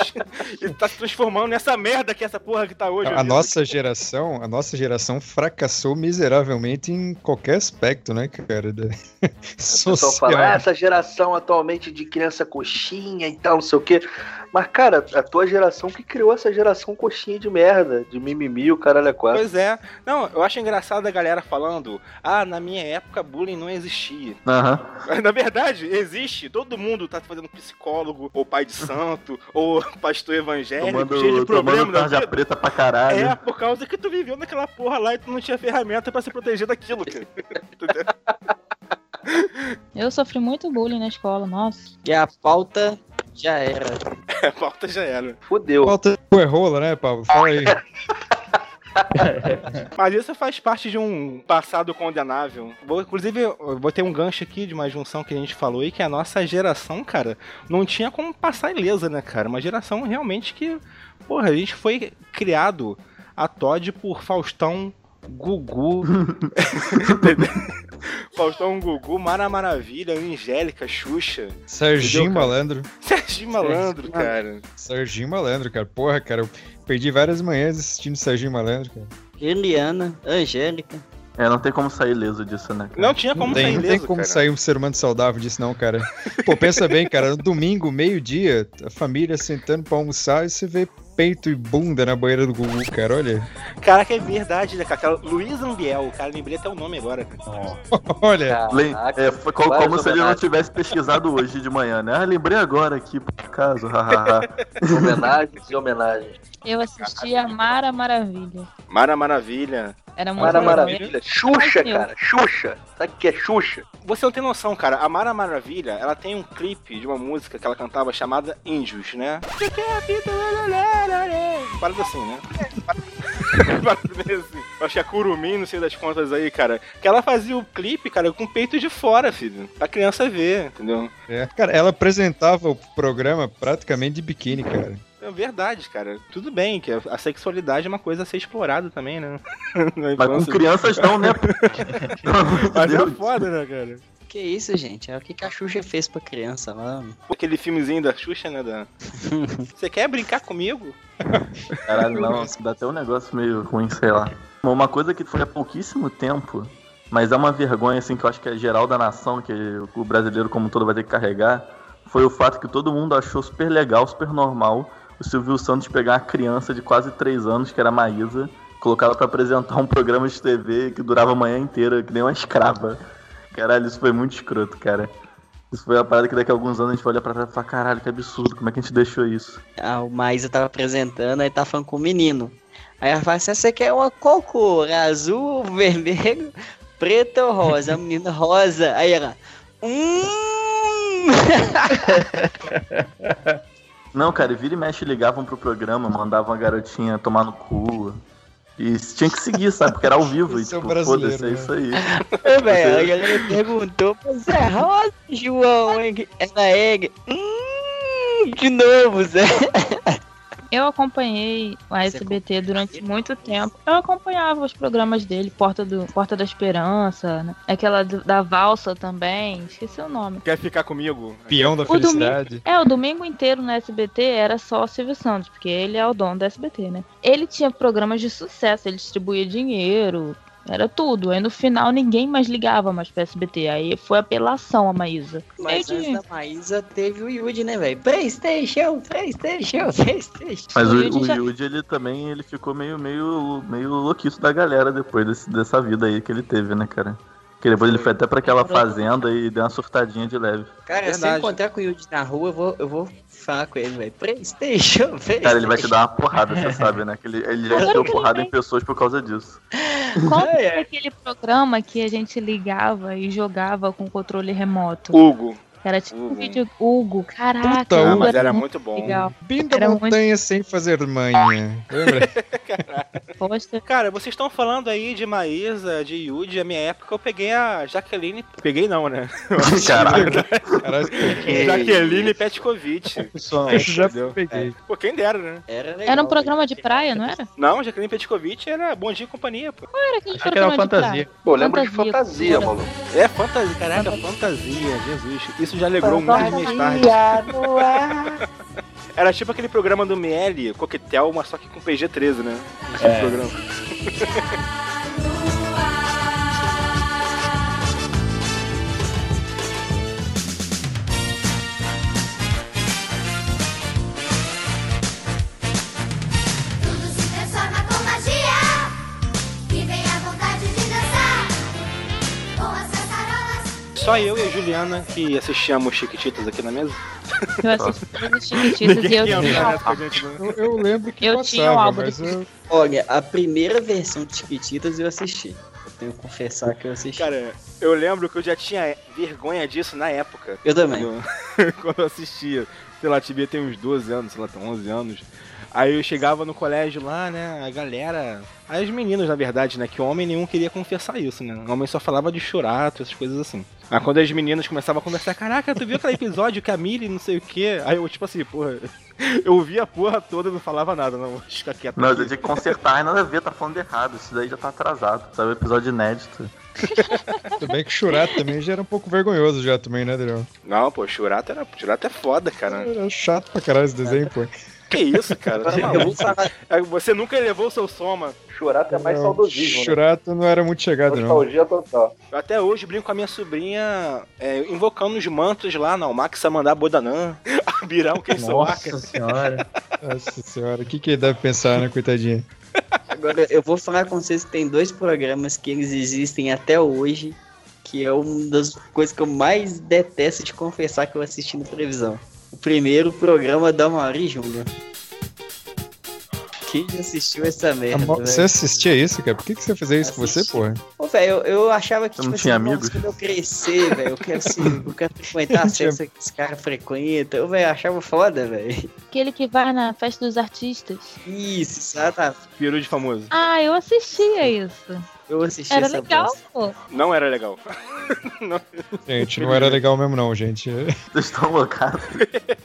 [SPEAKER 8] e tá se transformando nessa merda que é essa porra que tá hoje.
[SPEAKER 7] A nossa geração, a nossa geração fracassou miseravelmente em qualquer aspecto, né, cara? Da-
[SPEAKER 1] O pessoal
[SPEAKER 7] Social.
[SPEAKER 1] fala, ah, essa geração atualmente de criança coxinha e tal, não sei o quê. Mas, cara, a tua geração que criou essa geração coxinha de merda, de mimimi, o caralho é quase.
[SPEAKER 8] Pois é. Não, eu acho engraçado a galera falando, ah, na minha época bullying não existia.
[SPEAKER 10] Aham.
[SPEAKER 8] Mas, Na verdade, existe. Todo mundo tá fazendo psicólogo, ou pai de santo, ou pastor evangélico, É, cheio de
[SPEAKER 10] Tomando,
[SPEAKER 8] problema
[SPEAKER 10] tomando
[SPEAKER 8] na
[SPEAKER 10] tarja
[SPEAKER 8] vida.
[SPEAKER 10] preta pra caralho.
[SPEAKER 8] É, por causa que tu viveu naquela porra lá e tu não tinha ferramenta pra se proteger daquilo, cara.
[SPEAKER 4] Eu sofri muito bullying na escola, nossa.
[SPEAKER 6] E a pauta já era.
[SPEAKER 8] A pauta já era.
[SPEAKER 1] Fudeu.
[SPEAKER 7] Falta o rola, né, Pablo? Fala aí.
[SPEAKER 8] Mas isso faz parte de um passado condenável. Vou- inclusive, eu vou ter um gancho aqui de uma junção que a gente falou e que a nossa geração, cara, não tinha como passar ilesa, né, cara? Uma geração realmente que, porra, a gente foi criado a Todd por Faustão Gugu. Entendeu? Faustão Gugu, Mara Maravilha, Angélica, Xuxa.
[SPEAKER 7] Serginho
[SPEAKER 8] Entendeu, cara?
[SPEAKER 7] Malandro.
[SPEAKER 8] Serginho Malandro, cara.
[SPEAKER 7] Serginho Malandro, cara. Porra, cara, eu perdi várias manhãs assistindo Serginho Malandro, cara.
[SPEAKER 6] Eliana, Angélica.
[SPEAKER 10] É, não tem como sair leso disso, né?
[SPEAKER 8] Não tinha como
[SPEAKER 7] tem,
[SPEAKER 8] sair
[SPEAKER 7] não tem
[SPEAKER 8] ileso,
[SPEAKER 7] como
[SPEAKER 8] cara.
[SPEAKER 7] sair um ser humano saudável disso, não, cara. Pô, pensa bem, cara. No domingo, meio-dia, a família sentando pra almoçar e você vê peito e bunda na banheira do Gugu, cara. Olha.
[SPEAKER 8] Caraca, é verdade, né, cara? Aquela Luiz Ambiel, cara, lembrei até o nome agora. cara.
[SPEAKER 7] Olha.
[SPEAKER 10] Lem- é, foi co-
[SPEAKER 8] várias
[SPEAKER 10] como se ele não
[SPEAKER 8] homenagens.
[SPEAKER 10] tivesse pesquisado hoje de manhã, né? Ah, lembrei agora aqui, por acaso. hahaha.
[SPEAKER 1] Homenagens e homenagens.
[SPEAKER 4] Eu assistia Mara Maravilha.
[SPEAKER 8] Mara Maravilha.
[SPEAKER 4] Era muito
[SPEAKER 1] Mara
[SPEAKER 4] bom, né?
[SPEAKER 1] Maravilha. Xuxa,
[SPEAKER 4] Ai, meu.
[SPEAKER 1] cara. Xuxa. Sabe o que é Xuxa?
[SPEAKER 8] Você não tem noção, cara. A Mara Maravilha, ela tem um clipe de uma música que ela cantava chamada Índios, né? Parada assim, né? Parada meio assim. Eu acho que é Curumim, não sei das contas aí, cara. Que ela fazia o clipe, cara, com o peito de fora, filho. Pra criança ver, entendeu?
[SPEAKER 7] É. Cara, ela apresentava o programa praticamente de biquíni, cara.
[SPEAKER 8] É verdade, cara. Tudo bem que a sexualidade é uma coisa a ser explorada também, né?
[SPEAKER 10] Mas com crianças não, né?
[SPEAKER 8] Mas é foda, né, cara?
[SPEAKER 6] Que isso, gente? É o que que a Xuxa fez pra criança lá.
[SPEAKER 8] Aquele filmezinho da Xuxa, né? Da... Você quer brincar comigo?
[SPEAKER 10] Caralho, não, dá até um negócio meio ruim, sei lá. Uma coisa que foi há pouquíssimo tempo, mas é uma vergonha, assim, que eu acho que é geral da nação, que o brasileiro como um todo vai ter que carregar, foi o fato que todo mundo achou super legal, super normal, o Silvio Santos pegar uma criança de quase 3 anos, que era a Maísa, Colocaram pra apresentar um programa de TV que durava a manhã inteira, que nem uma escrava. Caralho, isso foi muito escroto, cara. Isso foi uma parada que daqui a alguns anos a gente vai olhar pra trás e falar, caralho, que absurdo, como é que a gente deixou isso?
[SPEAKER 6] Ah, o Maísa tava apresentando, aí tá falando com o menino. Aí ela fala assim, você quer uma qual cor? Azul, vermelho, preto ou rosa? A menina rosa. Aí ela, hum...
[SPEAKER 10] Não, cara, vira e mexe ligavam pro programa, mandavam a garotinha tomar no cu. E tinha que seguir, sabe? Porque era ao vivo.
[SPEAKER 6] Esse
[SPEAKER 10] e
[SPEAKER 6] é o
[SPEAKER 10] tipo,
[SPEAKER 6] brasileiro,
[SPEAKER 10] foda-se, é
[SPEAKER 6] né?
[SPEAKER 10] isso aí.
[SPEAKER 6] Ô, velho, aí ela me perguntou, mas é rosa, João? hein? Ela é... Hum, de novo, Zé.
[SPEAKER 4] Eu acompanhei o SBT durante muito tempo. Eu acompanhava os programas dele, Porta, do, Porta da Esperança, né? aquela do- da Valsa também, esqueci o nome.
[SPEAKER 8] Quer ficar comigo?
[SPEAKER 7] Peão da
[SPEAKER 4] O domingo,
[SPEAKER 7] felicidade.
[SPEAKER 4] é, o domingo inteiro no SBT era só o Silvio Santos, porque ele é o dono do SBT, né? Ele tinha programas de sucesso, ele distribuía dinheiro, era tudo. Aí no final ninguém mais ligava mais pro SBT. Aí foi apelação a Maísa.
[SPEAKER 6] Mas antes da Maísa teve o Yudi, né, velho? Playstation, Playstation, Playstation.
[SPEAKER 10] Mas o, o
[SPEAKER 6] já-
[SPEAKER 10] Yudi, ele também ele ficou meio, meio, meio louquiço da galera depois desse- dessa vida aí que ele teve, né, cara? Que depois ele foi até pra aquela fazenda e deu uma surtadinha de leve.
[SPEAKER 6] Cara, se eu
[SPEAKER 10] Verdade.
[SPEAKER 6] encontrar com o Yudi na rua, eu vou, eu vou falar com ele, velho. Playstation, Playstation.
[SPEAKER 10] Cara, ele vai te dar uma porrada, você sabe, né? Que ele, ele já
[SPEAKER 4] Claro
[SPEAKER 10] te deu
[SPEAKER 4] que ele
[SPEAKER 10] porrada em pessoas por causa disso.
[SPEAKER 4] Qual que era aquele programa que a gente ligava e jogava com controle remoto?
[SPEAKER 8] Hugo.
[SPEAKER 4] Era tipo um
[SPEAKER 8] Hugo.
[SPEAKER 4] vídeo Hugo, caraca.
[SPEAKER 7] Puta,
[SPEAKER 4] Hugo
[SPEAKER 7] Hugo. Mas era
[SPEAKER 8] muito bom.
[SPEAKER 4] é Legal.
[SPEAKER 7] Bem da
[SPEAKER 4] Era muito-
[SPEAKER 7] montanha sem fazer manha. Lembra?
[SPEAKER 8] Cara, vocês estão falando aí de Maísa, de Yudi. A minha época eu peguei a Jaqueline. Peguei não, né?
[SPEAKER 10] Caraca.
[SPEAKER 8] Jaqueline Petkovic.
[SPEAKER 9] Sonho.
[SPEAKER 8] Já
[SPEAKER 7] peguei.
[SPEAKER 4] É.
[SPEAKER 8] Pô, quem dera, né?
[SPEAKER 6] Era,
[SPEAKER 4] Era um programa de praia, não era?
[SPEAKER 8] Não, Jaqueline Petkovic era Bom Dia e Companhia, pô.
[SPEAKER 4] Ou era aquele
[SPEAKER 8] Achei que era
[SPEAKER 4] programa de
[SPEAKER 8] fantasia.
[SPEAKER 4] praia?
[SPEAKER 8] Pô, eu lembro de
[SPEAKER 4] fantasia,
[SPEAKER 8] maluco. É fantasia, caraca, fantasia, Jesus. Isso já alegrou muito minhas tardes.
[SPEAKER 13] tarde.
[SPEAKER 8] Era tipo aquele programa do Miele, Coquetel, mas só que com PG-13, né? Esse
[SPEAKER 13] É.
[SPEAKER 8] programa.
[SPEAKER 13] Tudo se transforma com magia. E vem a vontade de dançar. Com as caçarolas.
[SPEAKER 8] Só eu e a Juliana que assistíamos Chiquititas aqui na mesa.
[SPEAKER 4] Eu assisti todos os Chiquititas e eu tinha.
[SPEAKER 8] Ah. né?
[SPEAKER 7] Eu, eu lembro que
[SPEAKER 4] Eu
[SPEAKER 7] passava,
[SPEAKER 4] tinha o álbum do
[SPEAKER 7] mas é eu...
[SPEAKER 6] Olha, a primeira versão de Chiquititas eu assisti. Eu tenho que confessar que eu assisti.
[SPEAKER 8] Cara, eu lembro que eu já tinha vergonha disso na época.
[SPEAKER 6] Eu também.
[SPEAKER 8] Quando, quando eu assistia. Sei lá, tive tem uns 12 anos, sei lá, tem 11 anos. Aí eu chegava no colégio lá, né, a galera... Aí os meninos, na verdade, né, que homem nenhum queria confessar isso, né. Homem só falava de churato, essas coisas assim. Aí quando as meninas começavam a conversar, caraca, tu viu aquele episódio que a Millie não sei o quê? Aí eu, tipo assim, porra... Eu ouvia a porra toda e não falava nada, não. Fica quieto.
[SPEAKER 10] Não,
[SPEAKER 8] aqui.
[SPEAKER 10] eu tinha que consertar, e nada a ver, tá falando errado. Isso daí já tá atrasado. Sabe, episódio inédito.
[SPEAKER 7] Tudo bem que chorar também já era um pouco vergonhoso já também, né, Adriano?
[SPEAKER 8] Não, pô, Churato, era, Churato é foda, cara.
[SPEAKER 7] Era chato pra caralho esse desenho, pô.
[SPEAKER 8] Que isso, cara? Tá
[SPEAKER 7] Eu
[SPEAKER 8] maluco? É, Você nunca elevou o seu soma. Churato é
[SPEAKER 7] Não, Churato não era muito chegado, não.
[SPEAKER 8] total. Eu até hoje brinco com a minha sobrinha é, invocando os mantos lá, não. Max Samandá Bodanã, Abirão, quem sou
[SPEAKER 6] Nossa senhora.
[SPEAKER 7] Nossa senhora, o que que ele deve pensar, né, coitadinha?
[SPEAKER 6] Agora, eu vou falar com vocês que tem dois programas que eles existem até hoje, que é uma das coisas que eu mais detesto de confessar que eu assisti na televisão. O primeiro, o programa da Mauri Júnior. Quem já assistiu essa
[SPEAKER 8] É,
[SPEAKER 6] merda,
[SPEAKER 8] né?
[SPEAKER 7] Amor, Você
[SPEAKER 6] velho?
[SPEAKER 7] assistia isso, cara? Por que que você fazia isso com você, porra?
[SPEAKER 6] Pô, velho, eu, eu achava que, tipo assim,
[SPEAKER 7] Eu não tinha
[SPEAKER 6] nossa,
[SPEAKER 7] amigos?
[SPEAKER 6] quando eu crescer, velho, eu quero, se, eu quero frequentar a sexta que os caras frequentam. Eu, velho, achava foda, velho.
[SPEAKER 4] Aquele que vai na festa dos artistas.
[SPEAKER 6] Isso, exatamente.
[SPEAKER 8] Peru de famoso.
[SPEAKER 4] Ah, eu assistia isso.
[SPEAKER 6] Eu assisti
[SPEAKER 7] é
[SPEAKER 4] Era
[SPEAKER 6] essa
[SPEAKER 4] legal, pô.
[SPEAKER 8] Não era legal.
[SPEAKER 7] Gente, não era legal mesmo, não, gente.
[SPEAKER 10] Vocês estão loucados.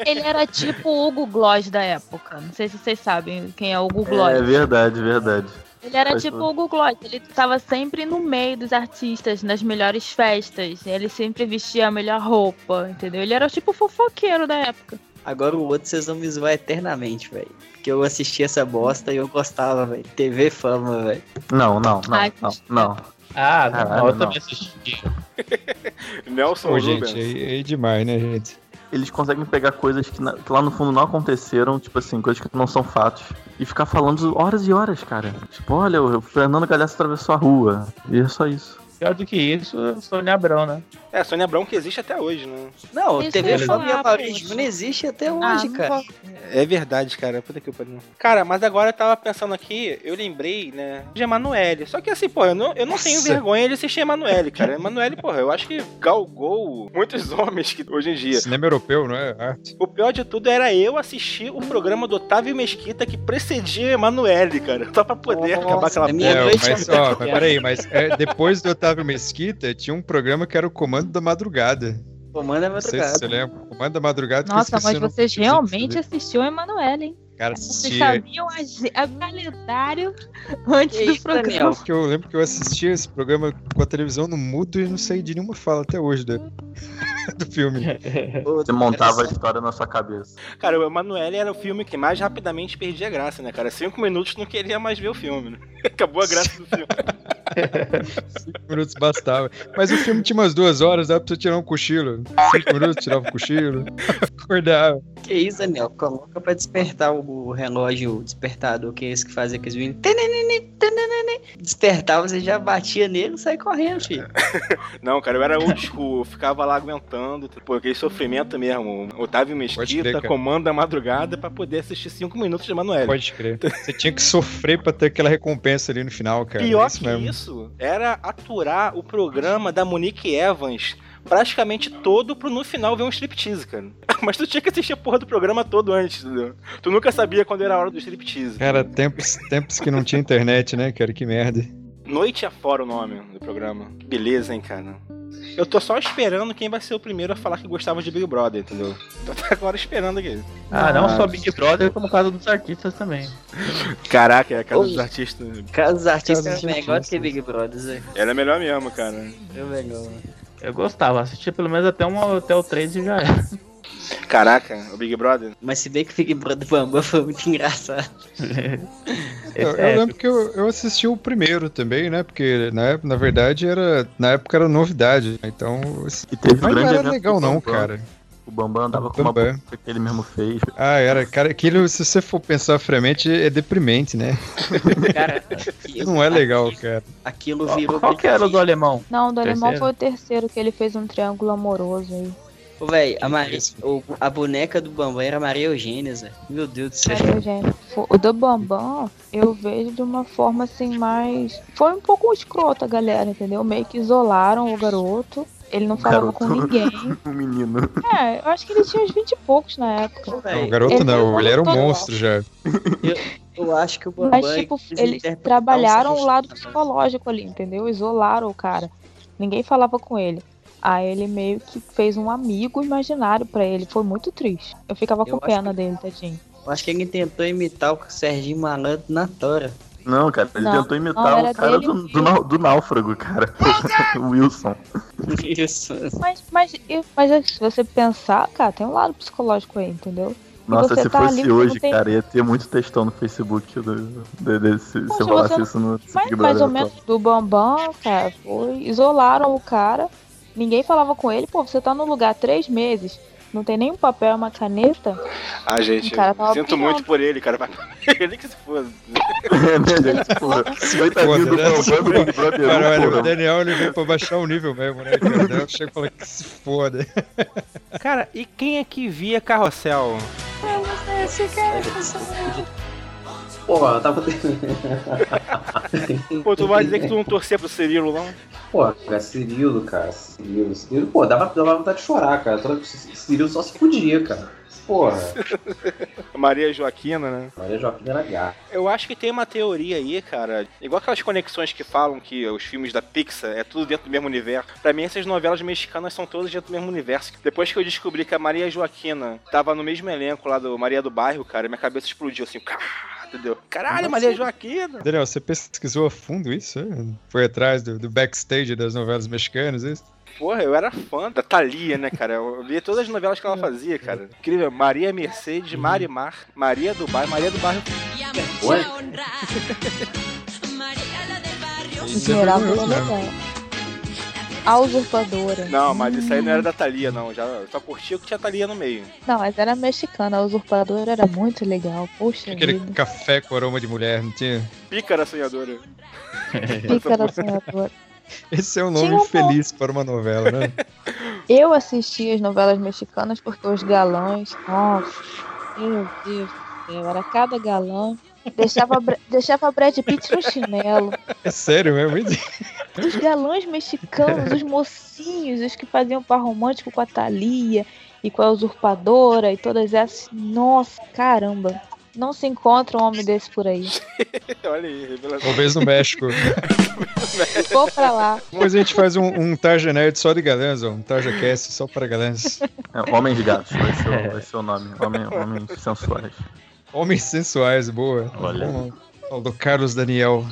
[SPEAKER 4] Ele era tipo o Hugo Gloss da época. Não sei se vocês sabem quem é o Hugo Gloss.
[SPEAKER 10] É verdade, verdade.
[SPEAKER 7] É,
[SPEAKER 4] Ele era
[SPEAKER 10] Faz
[SPEAKER 4] tipo
[SPEAKER 10] tudo.
[SPEAKER 4] o Hugo Gloss, ele tava sempre no meio dos artistas, nas melhores festas. Ele sempre vestia a melhor roupa, entendeu? Ele era tipo o fofoqueiro da época.
[SPEAKER 6] Agora o outro vocês vão me zoar eternamente, velho. Porque eu assisti essa bosta e eu gostava, velho. TV Fama, velho.
[SPEAKER 10] Não, não, não,
[SPEAKER 6] Ai,
[SPEAKER 10] não, não.
[SPEAKER 9] Ah,
[SPEAKER 10] Caralho, não.
[SPEAKER 9] assisti.
[SPEAKER 8] Nelson
[SPEAKER 7] Pô,
[SPEAKER 8] Rubens.
[SPEAKER 7] gente, aí é, demais, né, gente?
[SPEAKER 10] eles conseguem pegar coisas que, na- que lá no fundo não aconteceram, tipo assim, coisas que não são fatos, e ficar falando horas e horas, cara. Tipo, olha, o Fernando Galhaço atravessou a rua, e é só isso.
[SPEAKER 9] Pior do que isso, Sônia Abrão, né?
[SPEAKER 8] É, Sônia Abrão que existe até hoje, né?
[SPEAKER 6] Não,
[SPEAKER 9] Isso
[SPEAKER 6] TV
[SPEAKER 9] eu ia
[SPEAKER 6] Fama e
[SPEAKER 9] falar,
[SPEAKER 6] Amaury
[SPEAKER 9] poxa.
[SPEAKER 6] Júnior existe até
[SPEAKER 9] Ah,
[SPEAKER 6] hoje,
[SPEAKER 9] não
[SPEAKER 6] cara.
[SPEAKER 8] É verdade, cara. Puta que pariu. Cara, mas agora eu tava pensando aqui, eu lembrei, né, de Emanuele. Só que assim, pô, eu não, eu não tenho
[SPEAKER 11] Nossa.
[SPEAKER 8] vergonha de assistir Emanuele, cara. Emanuele, porra, eu acho que galgou muitos homens que hoje em dia.
[SPEAKER 7] Cinema europeu, não é? Arte.
[SPEAKER 8] O pior de tudo era eu assistir o programa do Otávio Mesquita que precedia Emanuele, cara. Só pra poder acabar aquela
[SPEAKER 7] é,
[SPEAKER 8] porra.
[SPEAKER 7] mas, ó, mas peraí, mas é, depois do Otávio Mesquita tinha um programa que era o Comando da Madrugada.
[SPEAKER 6] Comando da
[SPEAKER 7] Não sei se você lembra. Comando da Madrugada. que eu
[SPEAKER 4] Nossa,
[SPEAKER 7] esqueci
[SPEAKER 4] mas
[SPEAKER 7] o nome.
[SPEAKER 4] vocês realmente assistiam a Emanuele, hein?
[SPEAKER 7] Cara,
[SPEAKER 4] Vocês
[SPEAKER 7] né? assistia.
[SPEAKER 4] sabiam a, ge- a calendário antes do programa.
[SPEAKER 7] Porque eu lembro que eu assistia esse programa com a televisão no mudo e não sei de nenhuma fala até hoje do, do filme.
[SPEAKER 10] Você montava a história na sua cabeça.
[SPEAKER 8] Cara, o Emanuele era o filme que mais rapidamente perdia a graça, né, cara? Cinco minutos não queria mais ver o filme, né? Acabou a graça do filme.
[SPEAKER 7] Cinco minutos bastava. Mas o filme tinha umas duas horas, dava pra você tirar um cochilo. Cinco minutos, tirava o cochilo. Acordava.
[SPEAKER 6] Que isso, Daniel? Coloca pra despertar o relógio o despertador, que é esse que fazia aqueles meninos. Tananana, tananana. Despertava, você já batia nele e saia correndo, filho.
[SPEAKER 8] Não, cara, eu era old school, eu ficava lá aguentando, tá? pô, aquele sofrimento mesmo. Otávio Mesquita
[SPEAKER 7] crer, cara.
[SPEAKER 8] comanda a madrugada pra poder assistir cinco minutos de Emanuele.
[SPEAKER 7] Pode crer. Você tinha que sofrer pra ter aquela recompensa ali no final, cara.
[SPEAKER 8] Pior
[SPEAKER 7] é isso
[SPEAKER 8] que
[SPEAKER 7] mesmo.
[SPEAKER 8] isso era aturar o programa da Monique Evans praticamente todo pro no final ver um striptease, cara. Mas tu tinha que assistir a porra do programa todo antes, entendeu? Tu nunca sabia quando era a hora do striptease.
[SPEAKER 7] Cara, tempos, tempos que não tinha internet, né, cara? Que merda.
[SPEAKER 8] Noite afora o nome do programa. Que beleza, hein, cara? Eu tô só esperando quem vai ser o primeiro a falar que gostava de Big Brother, entendeu? Tô até agora esperando aqui.
[SPEAKER 9] Ah, não só Big Brother, como o caso dos artistas também.
[SPEAKER 8] Caraca, é a casa
[SPEAKER 9] Oi.
[SPEAKER 8] dos artistas.
[SPEAKER 6] Casa dos artistas
[SPEAKER 9] Casa dos
[SPEAKER 6] é melhor do que Big né? Brother, Zé.
[SPEAKER 8] Era melhor mesmo, cara.
[SPEAKER 6] É melhor.
[SPEAKER 9] Eu gostava, assistia pelo menos até, uma, até o 3 e já era.
[SPEAKER 8] Caraca, o Big Brother.
[SPEAKER 6] Mas se bem que o Big Brother Bamba foi muito engraçado.
[SPEAKER 7] Eu, eu
[SPEAKER 9] É,
[SPEAKER 6] É.
[SPEAKER 7] lembro que eu, eu assisti o primeiro também, né? Porque na, época- na verdade era. Na época era novidade. né, Então. E
[SPEAKER 10] teve um
[SPEAKER 7] mas
[SPEAKER 10] grande
[SPEAKER 7] não era
[SPEAKER 10] evento
[SPEAKER 7] legal,
[SPEAKER 10] do
[SPEAKER 7] não,
[SPEAKER 10] Bambam.
[SPEAKER 7] cara.
[SPEAKER 10] O Bambam andava com uma
[SPEAKER 7] Bambam.
[SPEAKER 10] bolsa que ele mesmo fez.
[SPEAKER 7] Ah, era, cara, aquilo, se você for pensar friamente, é deprimente, né?
[SPEAKER 6] Cara,
[SPEAKER 7] não é
[SPEAKER 6] tá
[SPEAKER 7] legal, cara.
[SPEAKER 6] Aquilo
[SPEAKER 9] virou. Qual que era o do alemão?
[SPEAKER 4] Não, do alemão
[SPEAKER 9] Terceiro?
[SPEAKER 4] foi o terceiro que ele fez um triângulo amoroso aí.
[SPEAKER 6] Ô, velho, a, Maria, o- a boneca do Bambam era Maria Eugênia, Zé. Meu Deus do
[SPEAKER 7] É
[SPEAKER 6] céu.
[SPEAKER 4] Maria Eugênia. Fo- O do Bambam, eu vejo de uma forma assim mais. Foi um pouco escrota, galera, entendeu? Meio que isolaram o garoto. Ele não falava
[SPEAKER 10] Garoto.
[SPEAKER 4] com ninguém.
[SPEAKER 10] um menino.
[SPEAKER 4] É, eu acho que ele tinha uns 20 e poucos na época.
[SPEAKER 6] É.
[SPEAKER 7] Não, o um garoto não, ele era um monstro já.
[SPEAKER 10] É
[SPEAKER 6] Eu acho que o Bambam...
[SPEAKER 4] Mas, tipo,
[SPEAKER 6] quis
[SPEAKER 4] eles
[SPEAKER 6] interpretar
[SPEAKER 4] trabalharam
[SPEAKER 6] um
[SPEAKER 4] o lado psicológico ali, entendeu? Isolaram o cara. Ninguém falava com ele. Aí ele meio que fez um amigo imaginário pra ele. Foi muito triste. Eu ficava
[SPEAKER 6] Eu
[SPEAKER 4] com
[SPEAKER 6] acho
[SPEAKER 4] pena dele, tadinho.
[SPEAKER 6] Eu acho que ele tentou imitar o Serginho Malandro na Tora.
[SPEAKER 10] Não, cara, ele
[SPEAKER 4] Não,
[SPEAKER 10] tentou
[SPEAKER 4] não,
[SPEAKER 10] imitar
[SPEAKER 4] era
[SPEAKER 10] o cara
[SPEAKER 4] dele
[SPEAKER 10] do, do, nau- do náufrago, cara. o Wilson.
[SPEAKER 6] Isso.
[SPEAKER 4] Mas, mas, eu- mas é, se você pensar, cara, tem um lado psicológico aí, entendeu? E
[SPEAKER 10] Nossa,
[SPEAKER 4] você
[SPEAKER 10] se
[SPEAKER 4] tá
[SPEAKER 10] fosse
[SPEAKER 4] ali, você
[SPEAKER 10] hoje,
[SPEAKER 4] não tem-
[SPEAKER 10] cara, ia ter muito textão no Facebook do, de- desse, se
[SPEAKER 4] Poxa,
[SPEAKER 10] eu falasse
[SPEAKER 4] você não-
[SPEAKER 10] isso no
[SPEAKER 4] Mas
[SPEAKER 10] Big
[SPEAKER 4] mais ou
[SPEAKER 10] Brother atual.
[SPEAKER 4] menos do Bambam, cara, foi. Isolaram o cara, ninguém falava com ele, pô, você tá no lugar três meses, não tem nenhum papel, uma caneta.
[SPEAKER 8] Ah, gente,
[SPEAKER 4] O cara tava
[SPEAKER 8] sinto
[SPEAKER 4] pirando.
[SPEAKER 8] muito por ele, cara. Mas ele que se foda.
[SPEAKER 10] É, né, gente? Porra, coitadinho do Bambam do Big Brother,
[SPEAKER 7] Cara, olha,
[SPEAKER 10] porra.
[SPEAKER 7] o Daniel ele veio pra baixar o nível mesmo, né? Cara? O Daniel chega e fala que se foda.
[SPEAKER 8] Cara, e quem é que via Carrossel?
[SPEAKER 5] Pô, eu tava.
[SPEAKER 8] Pô, tu vai dizer que tu não torcia pro Cirilo, não?
[SPEAKER 5] Pô, cara, Cirilo, cara. Cirilo, Cirilo. Pô, dava, dava vontade de chorar, cara. Toda- Cirilo só se podia, cara. Porra.
[SPEAKER 8] Maria Joaquina, né?
[SPEAKER 5] Maria Joaquina era gata.
[SPEAKER 8] Eu acho que tem uma teoria aí, cara. Igual aquelas conexões que falam que os filmes da Pixar é tudo dentro do mesmo universo. Pra mim, essas novelas mexicanas são todas dentro do mesmo universo. Depois que eu descobri que a Maria Joaquina tava no mesmo elenco lá do Maria do Bairro, cara, minha cabeça explodiu assim. "Cá", Entendeu? Caralho, Maria Joaquina!
[SPEAKER 7] Daniel, você pesquisou a fundo isso? é? Foi atrás do, do backstage das novelas mexicanas, é isso?
[SPEAKER 8] Porra, eu era fã da Thalia, né, cara? Eu via todas as novelas que ela fazia, cara. Incrível. Maria Mercedes, Marimar, Maria do Bairro, Maria do Bairro.
[SPEAKER 13] Ué?
[SPEAKER 7] Isso é vergonhoso mesmo.
[SPEAKER 4] A usurpadora.
[SPEAKER 8] Não, mas isso aí não era da Thalia, não. Já eu só curtia que tinha Thalia no meio.
[SPEAKER 4] Não, mas era mexicana. A usurpadora era muito legal. Poxa
[SPEAKER 7] Aquele
[SPEAKER 4] vida.
[SPEAKER 7] café com aroma de mulher, não tinha?
[SPEAKER 8] Pícara sonhadora.
[SPEAKER 4] Pícara sonhadora.
[SPEAKER 7] Esse é um
[SPEAKER 4] Tinha
[SPEAKER 7] nome
[SPEAKER 4] um
[SPEAKER 7] feliz para uma novela, né?
[SPEAKER 4] Eu assisti as novelas mexicanas porque os galãs. Nossa, meu Deus do céu, era cada galã. Deixava, Bra- deixava Brad Pitt no chinelo.
[SPEAKER 7] É sério mesmo? isso?
[SPEAKER 4] Os galãs mexicanos, os mocinhos, os que faziam par romântico com a Thalia e com a usurpadora e todas essas. Nossa, caramba. Não se encontra um homem desse por aí.
[SPEAKER 8] Olha aí, revelação.
[SPEAKER 7] Talvez no México.
[SPEAKER 4] Vou pra lá.
[SPEAKER 7] Depois a gente faz um, um Tarja Nerd só de galãs, ó, um Tarja Cast só para galãs.
[SPEAKER 10] É, Homens Gatos, vai ser, o- vai ser o nome. Homem- homens sensuais.
[SPEAKER 7] Homens sensuais, boa.
[SPEAKER 10] Olha.
[SPEAKER 7] Bom, ó, do Carlos Daniel.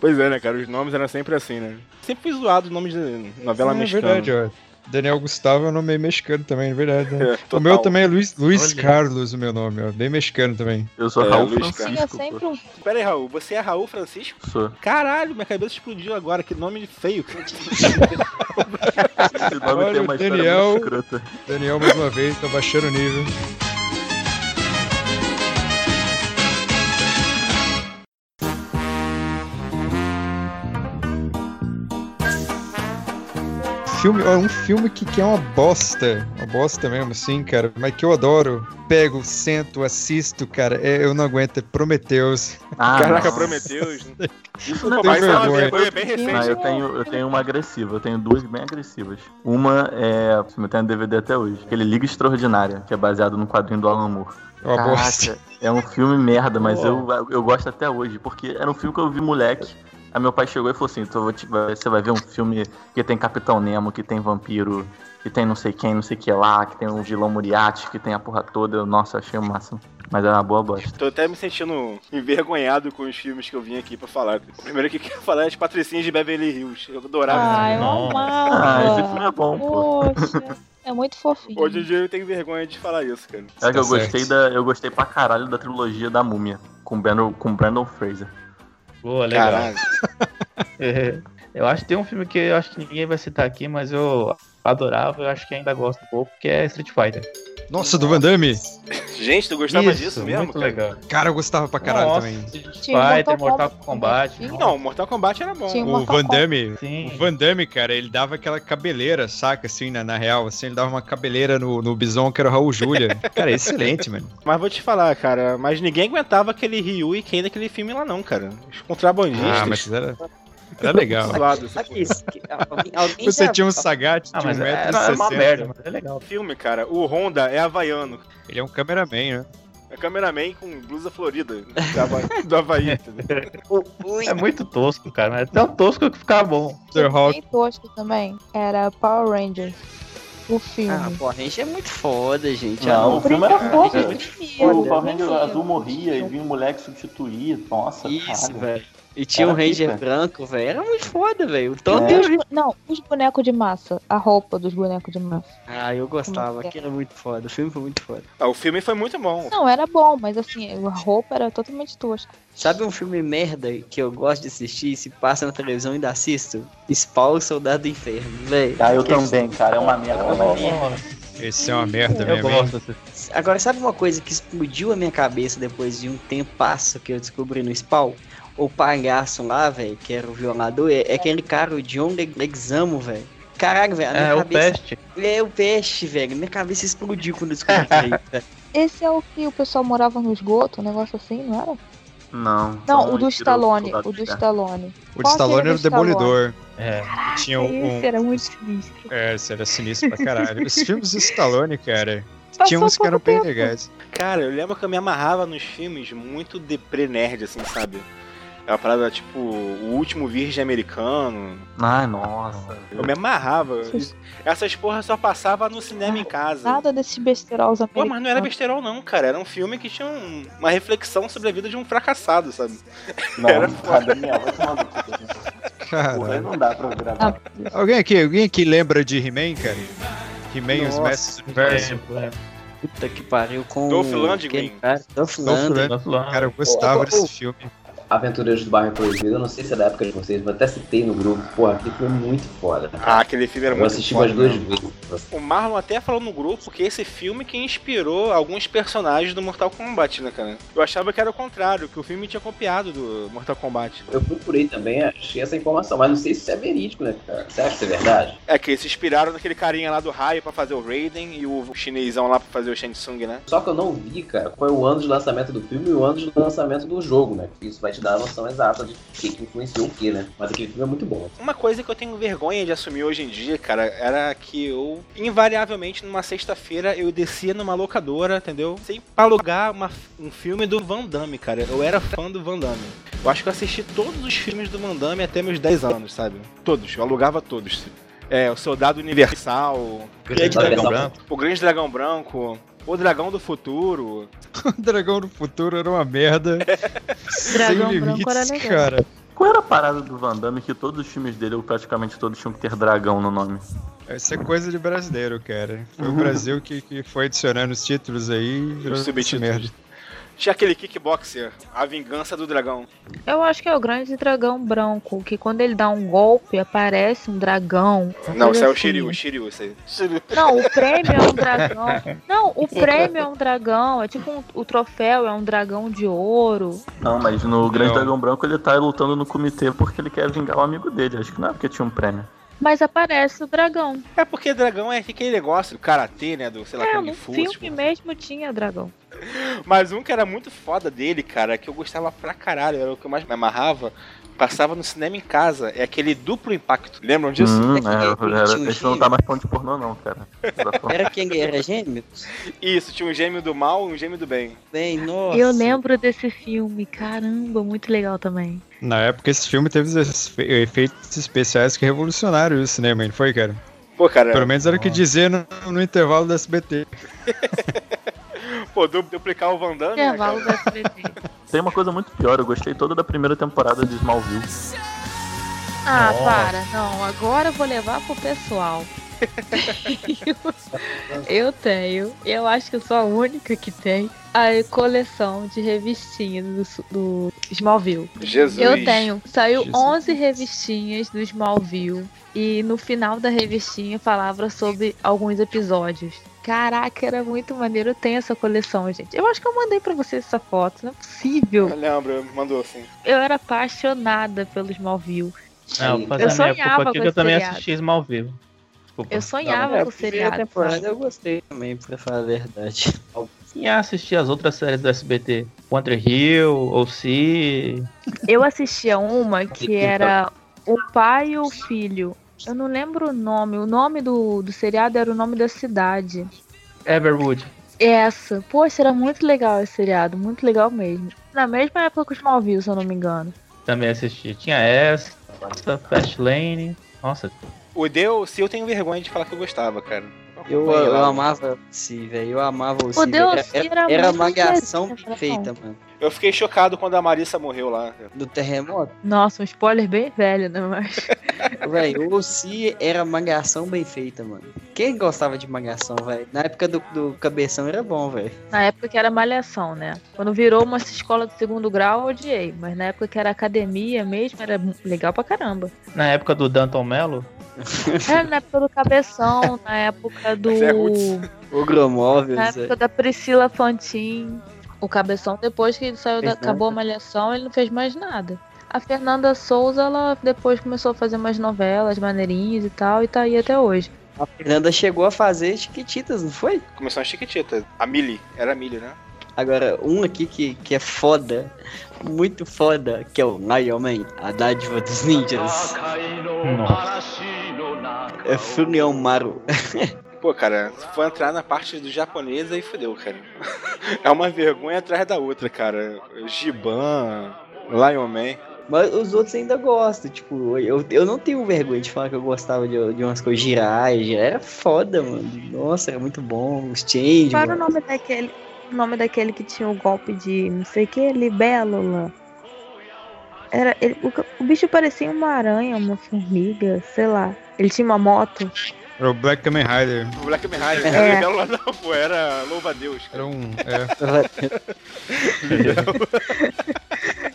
[SPEAKER 8] Pois é, né, cara? Os nomes eram sempre assim, né? Sempre fui zoado o nome de novela
[SPEAKER 7] É
[SPEAKER 8] mexicana.
[SPEAKER 7] verdade, ó. Daniel Gustavo é um nome meio mexicano também, é verdade. né?
[SPEAKER 8] É,
[SPEAKER 7] o
[SPEAKER 8] total.
[SPEAKER 7] meu também é Luiz, Luiz
[SPEAKER 8] Olha.
[SPEAKER 7] Carlos, o meu nome, ó. Bem mexicano também.
[SPEAKER 10] Eu sou
[SPEAKER 8] É,
[SPEAKER 10] Raul
[SPEAKER 8] Luiz
[SPEAKER 10] Francisco.
[SPEAKER 8] Carlos.
[SPEAKER 4] um
[SPEAKER 8] Pera aí, Raul, você é Raul Francisco?
[SPEAKER 10] Sou.
[SPEAKER 8] Caralho, minha cabeça explodiu agora, que nome feio.
[SPEAKER 10] Esse nome
[SPEAKER 7] Olha
[SPEAKER 10] tem
[SPEAKER 7] o
[SPEAKER 10] uma história
[SPEAKER 7] Daniel.
[SPEAKER 10] muito escrota.
[SPEAKER 7] Daniel, mais uma vez, tá baixando o nível. Filme, ó, um filme que, que é uma bosta. Uma bosta mesmo, sim, cara. Mas que eu adoro. Pego, sento, assisto, cara. É, eu não aguento. É Prometheus.
[SPEAKER 10] Ah,
[SPEAKER 8] Caraca,
[SPEAKER 10] nossa.
[SPEAKER 8] Prometeus. Isso
[SPEAKER 10] Não,
[SPEAKER 8] não, mas
[SPEAKER 7] tem
[SPEAKER 8] isso é uma
[SPEAKER 7] vergonha.
[SPEAKER 8] vergonha bem recente.
[SPEAKER 10] Não, eu tenho, eu tenho uma agressiva, eu tenho duas bem agressivas. Uma é. Eu tenho um DVD até hoje, aquele Liga Extraordinária, que é baseado no quadrinho do Alan Moore.
[SPEAKER 7] É uma
[SPEAKER 10] Caraca,
[SPEAKER 7] bosta.
[SPEAKER 10] É um filme merda, mas eu,
[SPEAKER 7] Uau.
[SPEAKER 10] eu gosto até hoje, porque era um filme que eu vi moleque. Aí meu pai chegou e falou assim: "Tu vou te- vai- você vai ver um filme que tem Capitão Nemo, que tem vampiro, que tem não sei quem, não sei o que lá, que tem o vilão Moriarty, que tem a porra toda. Eu, Nossa, achei o máximo. Mas era uma boa bosta.
[SPEAKER 8] Tô até me sentindo envergonhado com os filmes que eu vim aqui pra falar. Primeiro que eu quero falar é de Patricinhas de Beverly Hills. Eu adorava esse
[SPEAKER 7] é
[SPEAKER 4] Ai, eu
[SPEAKER 8] filme.
[SPEAKER 10] Ah, esse
[SPEAKER 4] amava.
[SPEAKER 10] filme é bom, pô.
[SPEAKER 4] Poxa, é muito fofinho.
[SPEAKER 8] Hoje em dia eu tenho vergonha de falar isso, cara.
[SPEAKER 10] É que eu
[SPEAKER 7] Tá certo.
[SPEAKER 10] gostei da. Eu gostei pra caralho da trilogia da múmia. Com Brandon, com Brandon Fraser.
[SPEAKER 9] Boa, legal.
[SPEAKER 8] Caralho.
[SPEAKER 9] É. Eu acho que tem um filme que eu acho que ninguém vai citar aqui, mas eu adorava, eu acho que ainda gosto um pouco, que é Street Fighter.
[SPEAKER 7] Nossa, do Van Damme.
[SPEAKER 8] Gente, tu gostava
[SPEAKER 9] Isso,
[SPEAKER 8] disso mesmo,
[SPEAKER 9] muito
[SPEAKER 8] cara?
[SPEAKER 9] legal.
[SPEAKER 7] Cara, eu gostava pra caralho
[SPEAKER 9] Nossa,
[SPEAKER 7] também.
[SPEAKER 9] Street
[SPEAKER 4] Tinha um Mortal
[SPEAKER 9] Fighter, Mortal
[SPEAKER 4] Kombat
[SPEAKER 9] Kombat. Um
[SPEAKER 4] também.
[SPEAKER 9] nossa.
[SPEAKER 8] Não, Mortal Kombat era bom.
[SPEAKER 4] Tinha
[SPEAKER 7] O
[SPEAKER 4] Mortal
[SPEAKER 7] Van Damme,
[SPEAKER 9] Sim.
[SPEAKER 7] o Van Damme, cara, ele dava aquela cabeleira, saca, assim, na, na real, assim, ele dava uma cabeleira no, no Bison, que era o Raul Júlia. Cara, é excelente, mano.
[SPEAKER 8] Mas vou te falar, cara, mas ninguém aguentava aquele Ryu e Ken daquele filme lá não, cara. Os contrabandistas.
[SPEAKER 7] Ah, mas era, era legal.
[SPEAKER 8] Zoado, essa
[SPEAKER 6] Sabe isso? Que Alguém, alguém
[SPEAKER 7] tá Você
[SPEAKER 6] já-
[SPEAKER 7] tinha um Sagat de
[SPEAKER 9] Ah, mas
[SPEAKER 7] 1,60m.
[SPEAKER 9] era, era uma merda, mas é legal.
[SPEAKER 8] filme, cara, o Honda é havaiano.
[SPEAKER 7] Ele é um cameraman, né?
[SPEAKER 8] É cameraman com blusa florida da Hava- do Havaí. entendeu?
[SPEAKER 6] Ui,
[SPEAKER 9] É muito tosco, cara, mas é tão tosco que ficava bom.
[SPEAKER 7] The Rock.
[SPEAKER 4] Bem tosco também. Era Power Rangers. O filme.
[SPEAKER 6] Ah, Power Ranger é muito foda, gente. É
[SPEAKER 10] Não, o filme era
[SPEAKER 4] Brincadeira,
[SPEAKER 10] foda.
[SPEAKER 4] menino,
[SPEAKER 10] o Power Ranger
[SPEAKER 4] menino.
[SPEAKER 10] azul morria e vinha o moleque substituir. Nossa,
[SPEAKER 6] um Isso,
[SPEAKER 10] caralho.
[SPEAKER 6] velho. E tinha um
[SPEAKER 10] Era
[SPEAKER 6] Ranger
[SPEAKER 10] pica. É.
[SPEAKER 6] branco, velho. Era muito foda, velho. O Tom
[SPEAKER 4] Não,
[SPEAKER 6] tem
[SPEAKER 4] tem
[SPEAKER 6] um
[SPEAKER 4] os bo- não, os bonecos de massa. A roupa dos bonecos de massa.
[SPEAKER 6] Ah, eu gostava,
[SPEAKER 4] Como que
[SPEAKER 6] que era muito foda. O filme foi muito foda.
[SPEAKER 8] Ah, o filme foi muito bom.
[SPEAKER 4] Não, era bom, mas assim, a roupa era totalmente tosca.
[SPEAKER 6] Sabe um filme merda que eu gosto de assistir, se passa na televisão e ainda assisto? Spawn Soldado do Inferno, velho.
[SPEAKER 10] Ah, eu também, cara. É uma merda.
[SPEAKER 7] Esse é uma merda
[SPEAKER 9] Eu
[SPEAKER 7] mesmo. hein?
[SPEAKER 9] gosto desse
[SPEAKER 6] Agora, sabe uma coisa que explodiu a minha cabeça depois de um tempasso que eu descobri no Spawn? O palhaço lá, velho, que era o violador, é, é aquele cara, o John Le- Lexamo, velho. Caralho, velho, a minha
[SPEAKER 9] É, o
[SPEAKER 6] cabeça...
[SPEAKER 9] Peste.
[SPEAKER 6] É o peste, velho. Minha cabeça explodiu quando eu descobri isso, velho.
[SPEAKER 4] Esse é o que o pessoal morava no esgoto, um negócio assim, não era?
[SPEAKER 10] Não.
[SPEAKER 4] Não,
[SPEAKER 10] Então,
[SPEAKER 4] o do
[SPEAKER 10] ele tirou
[SPEAKER 4] Stallone.
[SPEAKER 10] soldado
[SPEAKER 4] O do
[SPEAKER 10] de ferro.
[SPEAKER 4] Stallone.
[SPEAKER 7] O de
[SPEAKER 4] Qual
[SPEAKER 7] Stallone
[SPEAKER 4] que
[SPEAKER 7] era
[SPEAKER 4] era
[SPEAKER 7] o
[SPEAKER 4] do Stallone?
[SPEAKER 7] Demolidor.
[SPEAKER 9] É.
[SPEAKER 7] Tinha um,
[SPEAKER 4] Esse era muito sinistro.
[SPEAKER 7] É, esse era sinistro pra caralho. Os filmes do Stallone, cara, tinha
[SPEAKER 4] Passou
[SPEAKER 7] uns que eram
[SPEAKER 4] pouco
[SPEAKER 7] bem
[SPEAKER 4] tempo.
[SPEAKER 7] legais.
[SPEAKER 8] Cara, eu lembro que eu me amarrava nos filmes muito deprê nerd, assim, sabe? É uma parada tipo o último virgem americano.
[SPEAKER 10] Ai, nossa.
[SPEAKER 8] Eu me amarrava. Essas porra só passava no cinema em casa.
[SPEAKER 4] Nada desses besteiros
[SPEAKER 8] Pô,
[SPEAKER 4] americanos.
[SPEAKER 8] mas não era besteirol não, cara. Era um filme que tinha um- uma reflexão sobre a vida de um fracassado, sabe?
[SPEAKER 10] Não,
[SPEAKER 8] Era
[SPEAKER 10] cara, Daniel, vai tomar no cu, gente. Porra, aí
[SPEAKER 7] Caralho.
[SPEAKER 10] não dá pra gravar.
[SPEAKER 7] Alguém aqui, alguém aqui lembra de He-Man, cara? He-Man e os
[SPEAKER 8] Nossa.
[SPEAKER 7] Mestres do Universo.
[SPEAKER 6] Puta que pariu com
[SPEAKER 8] Dolph
[SPEAKER 6] o-
[SPEAKER 8] Lundgren.
[SPEAKER 6] aquele cara, Dolph
[SPEAKER 7] Dolph
[SPEAKER 6] Lundgren.
[SPEAKER 10] Tá
[SPEAKER 7] Lundgren. Cara, eu gostava desse filme.
[SPEAKER 5] Aventureiros do Bairro Proibido, eu não sei se é da época de vocês, mas até citei no grupo, porra, aquele filme é muito foda.
[SPEAKER 8] Ah, aquele filme era
[SPEAKER 5] eu
[SPEAKER 8] muito
[SPEAKER 5] assisti
[SPEAKER 8] foda,
[SPEAKER 5] umas duas
[SPEAKER 8] né?
[SPEAKER 5] vezes.
[SPEAKER 8] O Marlon até falou no grupo que esse filme que inspirou alguns personagens do Mortal Kombat, né, cara? Eu achava que era o contrário, que o filme tinha copiado do Mortal Kombat.
[SPEAKER 5] Eu procurei também, achei essa informação, mas não sei se isso é verídico, né, cara? Você acha que isso é verdade?
[SPEAKER 8] É que eles se inspiraram naquele carinha lá do raio pra fazer o Raiden e o chinesão lá pra fazer o Shang Tsung, né?
[SPEAKER 5] Só que eu não vi, cara, foi o ano de lançamento do filme e o ano de lançamento do jogo, né? Isso vai te dar a noção exata de o que que influenciou o que, né? Mas aquele filme é muito bom.
[SPEAKER 8] Uma coisa que eu tenho vergonha de assumir hoje em dia, cara, era que eu, invariavelmente, numa sexta-feira, eu descia numa locadora, entendeu? Sem pra alugar uma- um filme do Van Damme, cara. Eu era fã do Van Damme. Eu acho que eu assisti todos os filmes do Van Damme até meus 10 anos, sabe? Todos, eu alugava todos. É, o Soldado Universal, o
[SPEAKER 7] Grande Dragão Branco.
[SPEAKER 8] o Grande Dragão Branco, o Dragão do Futuro.
[SPEAKER 7] O Dragão do Futuro era uma merda.
[SPEAKER 10] Dragão
[SPEAKER 7] sem
[SPEAKER 10] Branco era
[SPEAKER 7] limites,
[SPEAKER 10] legal.
[SPEAKER 7] cara.
[SPEAKER 10] Qual era a parada do Van Damme que todos os times dele, ou praticamente todos, tinham que ter dragão no nome?
[SPEAKER 7] Isso é coisa de brasileiro, cara. Foi
[SPEAKER 10] Uhum.
[SPEAKER 7] o Brasil que, que foi adicionando os títulos aí e virou essa
[SPEAKER 8] subtítulos.
[SPEAKER 7] merda.
[SPEAKER 8] Tinha aquele kickboxer, A Vingança do Dragão.
[SPEAKER 4] Eu acho que é o grande dragão branco, que quando ele dá um golpe, aparece um dragão. uma
[SPEAKER 8] Não,
[SPEAKER 4] coisa
[SPEAKER 8] isso é o
[SPEAKER 4] assim.
[SPEAKER 8] Shiryu, o Shiryu, isso aí.
[SPEAKER 4] Não, o prêmio é um dragão. Não, o prêmio é um dragão. É tipo um- o troféu é um dragão de ouro.
[SPEAKER 10] Não, mas no Grande
[SPEAKER 7] Não.
[SPEAKER 10] Dragão Branco ele tá lutando no comitê porque ele quer vingar o amigo dele. Acho que não é porque tinha um prêmio.
[SPEAKER 4] Mas aparece o dragão.
[SPEAKER 8] É porque dragão é aquele negócio do karatê, né? Do, sei lá,
[SPEAKER 4] É,
[SPEAKER 8] Kung
[SPEAKER 4] no
[SPEAKER 8] Fu.
[SPEAKER 4] filme
[SPEAKER 8] tipo.
[SPEAKER 4] mesmo tinha dragão.
[SPEAKER 8] Mas um que era muito foda dele, cara, que eu gostava pra caralho, era o que eu mais me amarrava. Passava no cinema em casa, é aquele duplo impacto. Lembram disso?
[SPEAKER 10] Hum, é, era, a gente não tá mais falando de pornô, não, cara. Tá falando-
[SPEAKER 6] Era quem era gêmeos?
[SPEAKER 8] Isso, tinha um gêmeo do mal e um gêmeo do bem.
[SPEAKER 6] Bem, nossa.
[SPEAKER 4] Eu lembro desse filme, caramba, muito legal também.
[SPEAKER 7] Na época, esse filme teve os efe- efeitos especiais que revolucionaram o cinema, não foi, cara?
[SPEAKER 8] Pô,
[SPEAKER 6] É.
[SPEAKER 8] cara.
[SPEAKER 7] Pelo menos era o que dizer no, no intervalo do SBT.
[SPEAKER 8] Pô, du- duplicar o Van Damme, né,
[SPEAKER 4] Intervalo
[SPEAKER 8] cara?
[SPEAKER 10] Tem uma coisa muito pior, eu gostei toda da primeira temporada de Smallville.
[SPEAKER 4] Ah,
[SPEAKER 10] Nossa.
[SPEAKER 4] para, não, agora eu vou levar pro pessoal. eu, eu tenho, eu acho que eu sou a única que tem a coleção de revistinhas do, su- do Smallville.
[SPEAKER 8] Jesus.
[SPEAKER 4] Eu tenho, saiu
[SPEAKER 8] Jesus.
[SPEAKER 4] 11 revistinhas do Smallville e no final da revistinha falava sobre alguns episódios. Caraca, era muito maneiro. Eu tenho essa coleção, gente. Eu acho que eu mandei pra vocês essa foto, não é possível.
[SPEAKER 8] Eu lembro, mandou assim.
[SPEAKER 4] Eu era apaixonada pelo Smallville.
[SPEAKER 8] Ah,
[SPEAKER 9] Não,
[SPEAKER 4] eu
[SPEAKER 9] vou fazer a minha
[SPEAKER 4] sonhava
[SPEAKER 9] culpa
[SPEAKER 4] com
[SPEAKER 9] aqui que eu
[SPEAKER 4] esse
[SPEAKER 9] também
[SPEAKER 4] seriado.
[SPEAKER 9] assisti Smallville. Desculpa.
[SPEAKER 4] Eu sonhava
[SPEAKER 6] É,
[SPEAKER 4] com o
[SPEAKER 6] primeira
[SPEAKER 4] seriado.
[SPEAKER 6] temporada
[SPEAKER 4] sabe?
[SPEAKER 6] eu gostei também, pra falar a verdade.
[SPEAKER 9] E assistir as outras séries do SBT. Wonder Hill, OC.
[SPEAKER 4] Eu assistia uma que era O Pai e o Filho. Eu não lembro o nome. O nome do, do seriado era o nome da cidade. É
[SPEAKER 9] Everwood.
[SPEAKER 4] Essa. Poxa, era muito legal esse seriado. Muito legal mesmo. Na mesma época que o Smallville, se eu não me engano.
[SPEAKER 9] Também assisti. Tinha essa, Fastlane. Nossa,
[SPEAKER 8] O Deus, se eu tenho vergonha de falar que eu gostava, cara.
[SPEAKER 6] Eu,
[SPEAKER 8] Acompanhei
[SPEAKER 6] eu
[SPEAKER 8] lá.
[SPEAKER 6] amava o Si, velho. Eu amava o Si.
[SPEAKER 8] O
[SPEAKER 6] velho.
[SPEAKER 8] Deus,
[SPEAKER 6] Era,
[SPEAKER 8] era
[SPEAKER 6] era, era a
[SPEAKER 8] muito
[SPEAKER 6] malhação
[SPEAKER 8] legal.
[SPEAKER 6] perfeita, mano.
[SPEAKER 8] Eu fiquei chocado quando a Marissa morreu lá.
[SPEAKER 6] Do terremoto.
[SPEAKER 4] Nossa, um spoiler bem velho, né? Mas.
[SPEAKER 6] Velho, o Si era malhação bem feita, mano. Quem gostava de malhação, velho? Na época do, do cabeção era bom, velho.
[SPEAKER 4] Na época que era malhação, né? Quando virou uma escola do segundo grau, eu odiei. Mas na época que era academia mesmo, era legal pra caramba.
[SPEAKER 9] na época do Danton Mello.
[SPEAKER 4] Era na época do Cabeção, na época do.
[SPEAKER 9] Zé Roots.
[SPEAKER 6] Ogromóvel,
[SPEAKER 4] Na
[SPEAKER 6] Zé.
[SPEAKER 4] época da Né, Priscila Fantin. O Cabeção, depois que ele saiu da,
[SPEAKER 6] Fez nada.
[SPEAKER 4] acabou a malhação, ele não fez mais nada. A Fernanda Souza, ela depois começou a fazer umas novelas maneirinhas e tal, e tá aí até hoje.
[SPEAKER 6] A Fernanda chegou a fazer Chiquititas, não foi?
[SPEAKER 8] Começou a Chiquitita. A Millie, era a Millie, né?
[SPEAKER 6] Agora, um aqui que, que é foda, muito foda, que é o Lion Man, a dádiva dos ninjas. É Furion Maru.
[SPEAKER 8] Pô, cara, foi entrar na parte do japonesa e fudeu, cara. É uma vergonha atrás da outra, cara. Giban, Lion Man.
[SPEAKER 6] Mas os outros ainda gostam, tipo, eu, eu não tenho vergonha de falar que eu gostava de, de umas coisas girais, era foda, mano. Nossa, era muito bom, os change,
[SPEAKER 4] Qual era o
[SPEAKER 6] mano.
[SPEAKER 4] nome daquele? O nome daquele que tinha o golpe de não sei o que, libélula. Era, ele- o, ca- o bicho parecia uma aranha, uma formiga, sei lá. Ele tinha uma moto.
[SPEAKER 7] Era o Black Kamen Rider.
[SPEAKER 8] O Black Man Rider.
[SPEAKER 7] É.
[SPEAKER 8] Era libélula, não, pô,
[SPEAKER 7] um,
[SPEAKER 8] era louva a Deus.
[SPEAKER 7] Era um. É.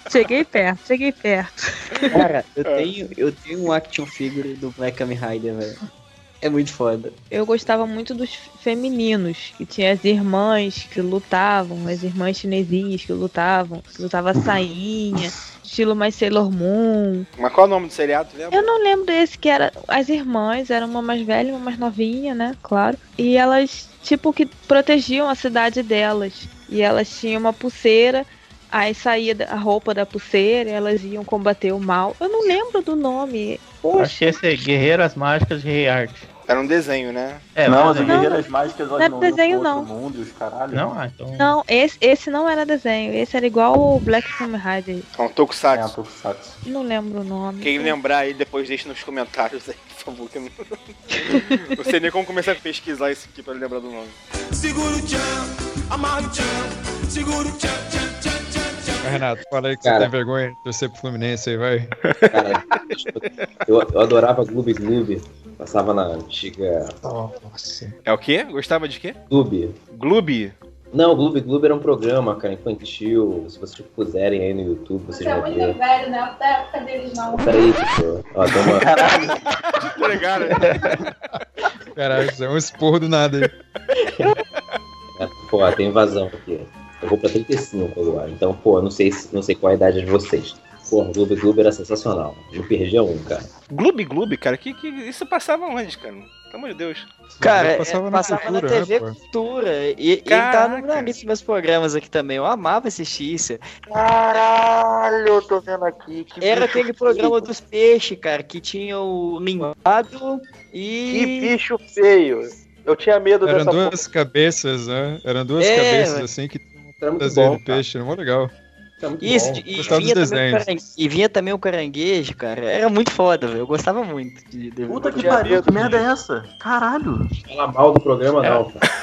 [SPEAKER 3] Cheguei perto, cheguei perto.
[SPEAKER 6] Cara, eu
[SPEAKER 1] É.
[SPEAKER 6] tenho, eu tenho um action figure do Black Kamen Rider, velho. É muito foda.
[SPEAKER 3] Eu gostava muito dos femininos, que tinha as irmãs que lutavam, as irmãs chinesinhas que lutavam, que lutava sainha, estilo mais Sailor Moon.
[SPEAKER 8] Mas qual é o nome do seriado, tu lembra?
[SPEAKER 3] Eu não lembro desse que era. As irmãs eram uma mais velha e uma mais novinha, né? Claro. E elas, tipo, que protegiam a cidade delas. E elas tinham uma pulseira. Aí saía da- a roupa da pulseira, e elas iam combater o mal. Eu não lembro do nome. Poxa.
[SPEAKER 9] Achei esse aí, Guerreiras Mágicas de Rei Arte.
[SPEAKER 8] Era um desenho, né?
[SPEAKER 9] É,
[SPEAKER 10] não,
[SPEAKER 9] mas
[SPEAKER 10] as
[SPEAKER 9] é-
[SPEAKER 10] guerreiras mágicas
[SPEAKER 3] não é
[SPEAKER 10] elas não,
[SPEAKER 3] desenho,
[SPEAKER 10] desenho,
[SPEAKER 3] não.
[SPEAKER 10] não. mundo e os caralho.
[SPEAKER 9] Não, ah, então.
[SPEAKER 3] Não, esse, esse não era desenho. Esse era igual o Black Kamen Rider.
[SPEAKER 8] É um Tokusatsu.
[SPEAKER 3] Não lembro o nome.
[SPEAKER 8] Quem lembrar aí, depois deixa nos comentários aí, por favor. Que eu não... não sei nem como começar a pesquisar isso aqui pra lembrar do nome.
[SPEAKER 13] Segura o tchan, amarra o tchan, segura o tchan, tchan, tchan, tchan, tchan.
[SPEAKER 7] Ô, Renato, fala aí que
[SPEAKER 5] Cara.
[SPEAKER 7] você tem vergonha de torcer pro Fluminense aí, vai.
[SPEAKER 5] Cara, eu, eu adorava Gloob Gloob. Passava na antiga
[SPEAKER 7] Nossa.
[SPEAKER 8] É o quê? Gostava de quê?
[SPEAKER 5] Gloob.
[SPEAKER 8] Gloob?
[SPEAKER 5] Não, Gloob Gloob era um programa, cara, infantil. Se vocês puserem aí no YouTube, vocês vão ver.
[SPEAKER 13] velho, não é da época deles não.
[SPEAKER 5] Peraí, pô. Ó, tem uma...
[SPEAKER 8] Tá né?
[SPEAKER 7] Caralho, isso é um esporro do nada aí.
[SPEAKER 5] é, Pô, tem invasão aqui. Eu vou pra 35 agora. Então, pô, não sei, se- não sei qual a idade de vocês. Pô, Gloob Gloob era sensacional. Eu perdi a um, cara.
[SPEAKER 8] Gloob Gloob, cara? Que, que... Isso passava onde, cara? Pelo amor de Deus.
[SPEAKER 6] Cara, é-
[SPEAKER 7] passava
[SPEAKER 6] passava,
[SPEAKER 7] na
[SPEAKER 6] na,
[SPEAKER 7] cultura, né,
[SPEAKER 6] TV
[SPEAKER 7] pô?
[SPEAKER 6] Cultura. E, e ele
[SPEAKER 8] Caraca.
[SPEAKER 6] tava na lista dos meus programas aqui também. Eu amava assistir isso.
[SPEAKER 1] Caralho, eu tô vendo aqui. Que
[SPEAKER 6] Era
[SPEAKER 1] bicho
[SPEAKER 6] aquele programa dos peixes, cara, que tinha o limpado
[SPEAKER 1] Que
[SPEAKER 6] e.
[SPEAKER 1] bicho feio. Eu tinha medo
[SPEAKER 7] Eram
[SPEAKER 1] dessa porra.
[SPEAKER 7] duas cabeças, né? Eram duas
[SPEAKER 6] É,
[SPEAKER 7] cabeças
[SPEAKER 6] mano.
[SPEAKER 7] assim que tinham
[SPEAKER 5] Era
[SPEAKER 7] um
[SPEAKER 5] muito
[SPEAKER 7] desenho
[SPEAKER 5] bom.
[SPEAKER 7] do peixe, era mó legal.
[SPEAKER 5] Era muito
[SPEAKER 6] Isso,
[SPEAKER 5] bom.
[SPEAKER 6] e,
[SPEAKER 7] Gostava
[SPEAKER 6] vinha
[SPEAKER 7] dos
[SPEAKER 6] também o
[SPEAKER 7] desenhos.
[SPEAKER 6] caranguejo, e vinha também o caranguejo, cara. Era muito foda, velho. Eu gostava muito de. de-
[SPEAKER 10] Puta que
[SPEAKER 1] Tinha
[SPEAKER 10] pariu,
[SPEAKER 1] medo
[SPEAKER 10] que merda é essa? Caralho.
[SPEAKER 5] Fala mal do programa,
[SPEAKER 9] É.
[SPEAKER 5] não, cara.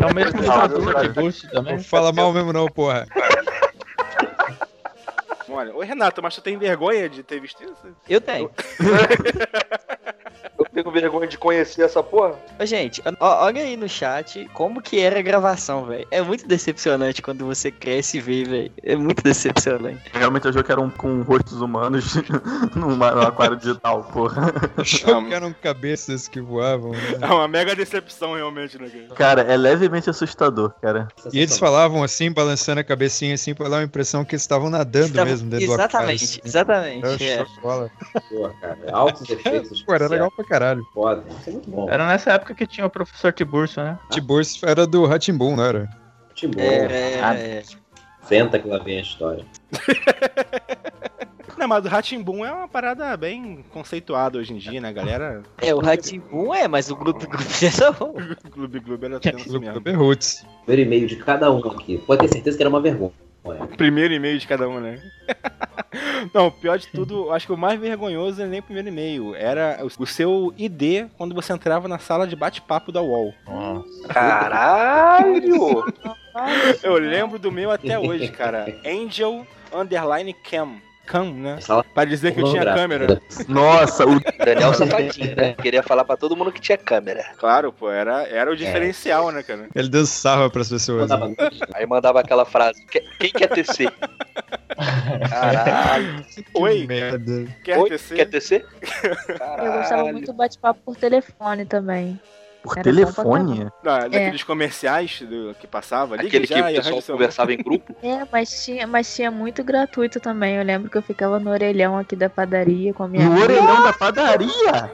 [SPEAKER 9] É o mesmo
[SPEAKER 10] Ah,
[SPEAKER 9] dublador de
[SPEAKER 11] cara.
[SPEAKER 9] Ghost também.
[SPEAKER 7] Não fala mal mesmo não, porra.
[SPEAKER 8] Olha, ô Renato, mas tu tem vergonha de ter visto isso?
[SPEAKER 6] Eu tenho.
[SPEAKER 1] Eu tenho vergonha de conhecer essa porra.
[SPEAKER 6] Ô, Gente, ó- olha aí no chat como que era a gravação, velho. É muito decepcionante quando você cresce e vê, velho. É muito decepcionante.
[SPEAKER 10] Realmente eu achou que era um com rostos humanos numa- num aquário digital, porra.
[SPEAKER 7] Achou que eram cabeças que voavam, né?
[SPEAKER 8] um, É uma mega decepção, realmente, né, cara?
[SPEAKER 10] Cara, é levemente assustador, cara.
[SPEAKER 7] E eles
[SPEAKER 5] Sensacional.
[SPEAKER 7] falavam assim, balançando a cabecinha assim, pra dar uma impressão que eles estavam nadando
[SPEAKER 6] Tava-
[SPEAKER 7] mesmo dentro
[SPEAKER 6] exatamente,
[SPEAKER 7] do aquário.
[SPEAKER 6] exatamente.
[SPEAKER 7] Assim.
[SPEAKER 6] é.
[SPEAKER 7] Era chocola.
[SPEAKER 5] Pô, cara, altos efeitos.
[SPEAKER 7] Pô, era
[SPEAKER 5] especiais,
[SPEAKER 7] legal pra caralho.
[SPEAKER 5] Foda. Isso é muito bom.
[SPEAKER 9] Era nessa época que tinha o professor Tiburcio, né?
[SPEAKER 7] Tiburcio era do Ratimbun, não era?
[SPEAKER 5] Muito bom.
[SPEAKER 6] É, é,
[SPEAKER 5] Senta que lá vem a história.
[SPEAKER 8] Não, mas o Ratimbun é uma parada bem conceituada hoje em dia, né, galera?
[SPEAKER 6] é, o Ratimbun é, mas o grupo grupo não.
[SPEAKER 8] Gloob Gloob era tenso
[SPEAKER 7] Do
[SPEAKER 8] assim mesmo.
[SPEAKER 7] Berrutz.
[SPEAKER 5] Primeiro e-mail de cada um aqui. Pode ter certeza que era uma vergonha.
[SPEAKER 8] Primeiro e-mail de cada um, né? Não, pior de tudo, eu acho que o mais vergonhoso não é nem o primeiro e-mail. Era o- o seu ID quando você entrava na sala de bate-papo da UOL.
[SPEAKER 1] Caralho!
[SPEAKER 8] Eu lembro do meu até hoje, cara. Angel Underline Cam. Cam, né?
[SPEAKER 5] Sala
[SPEAKER 8] Pra dizer que eu tinha
[SPEAKER 5] pornográfica.
[SPEAKER 8] câmera.
[SPEAKER 10] Nossa, o
[SPEAKER 1] Daniel Safadinho, né? Queria falar pra todo mundo que tinha câmera.
[SPEAKER 8] Claro, pô, era, era o diferencial, né, cara?
[SPEAKER 7] Ele dançava pras pessoas.
[SPEAKER 5] Mandava
[SPEAKER 7] Né?
[SPEAKER 5] nude.
[SPEAKER 1] Aí mandava aquela
[SPEAKER 5] Ah,
[SPEAKER 1] frase: "Que- Quem quer TC? Caralho!
[SPEAKER 8] Oi,
[SPEAKER 7] Merda.
[SPEAKER 8] quer
[SPEAKER 1] Oi,
[SPEAKER 8] TC?
[SPEAKER 1] Quer TC?
[SPEAKER 4] Eu gostava muito do bate-papo por telefone também.
[SPEAKER 10] por
[SPEAKER 4] Era
[SPEAKER 10] telefone?
[SPEAKER 8] Da- Ah, daqueles
[SPEAKER 4] É.
[SPEAKER 8] comerciais do- que passava ali.
[SPEAKER 1] Aquele que
[SPEAKER 8] já,
[SPEAKER 1] o
[SPEAKER 8] e
[SPEAKER 1] pessoal
[SPEAKER 8] arranja seu-
[SPEAKER 1] conversava em grupo.
[SPEAKER 4] É, mas tinha, mas tinha muito gratuito também. Eu lembro que eu ficava no orelhão aqui da padaria com a minha
[SPEAKER 10] No
[SPEAKER 4] amiga.
[SPEAKER 10] Um orelhão da padaria?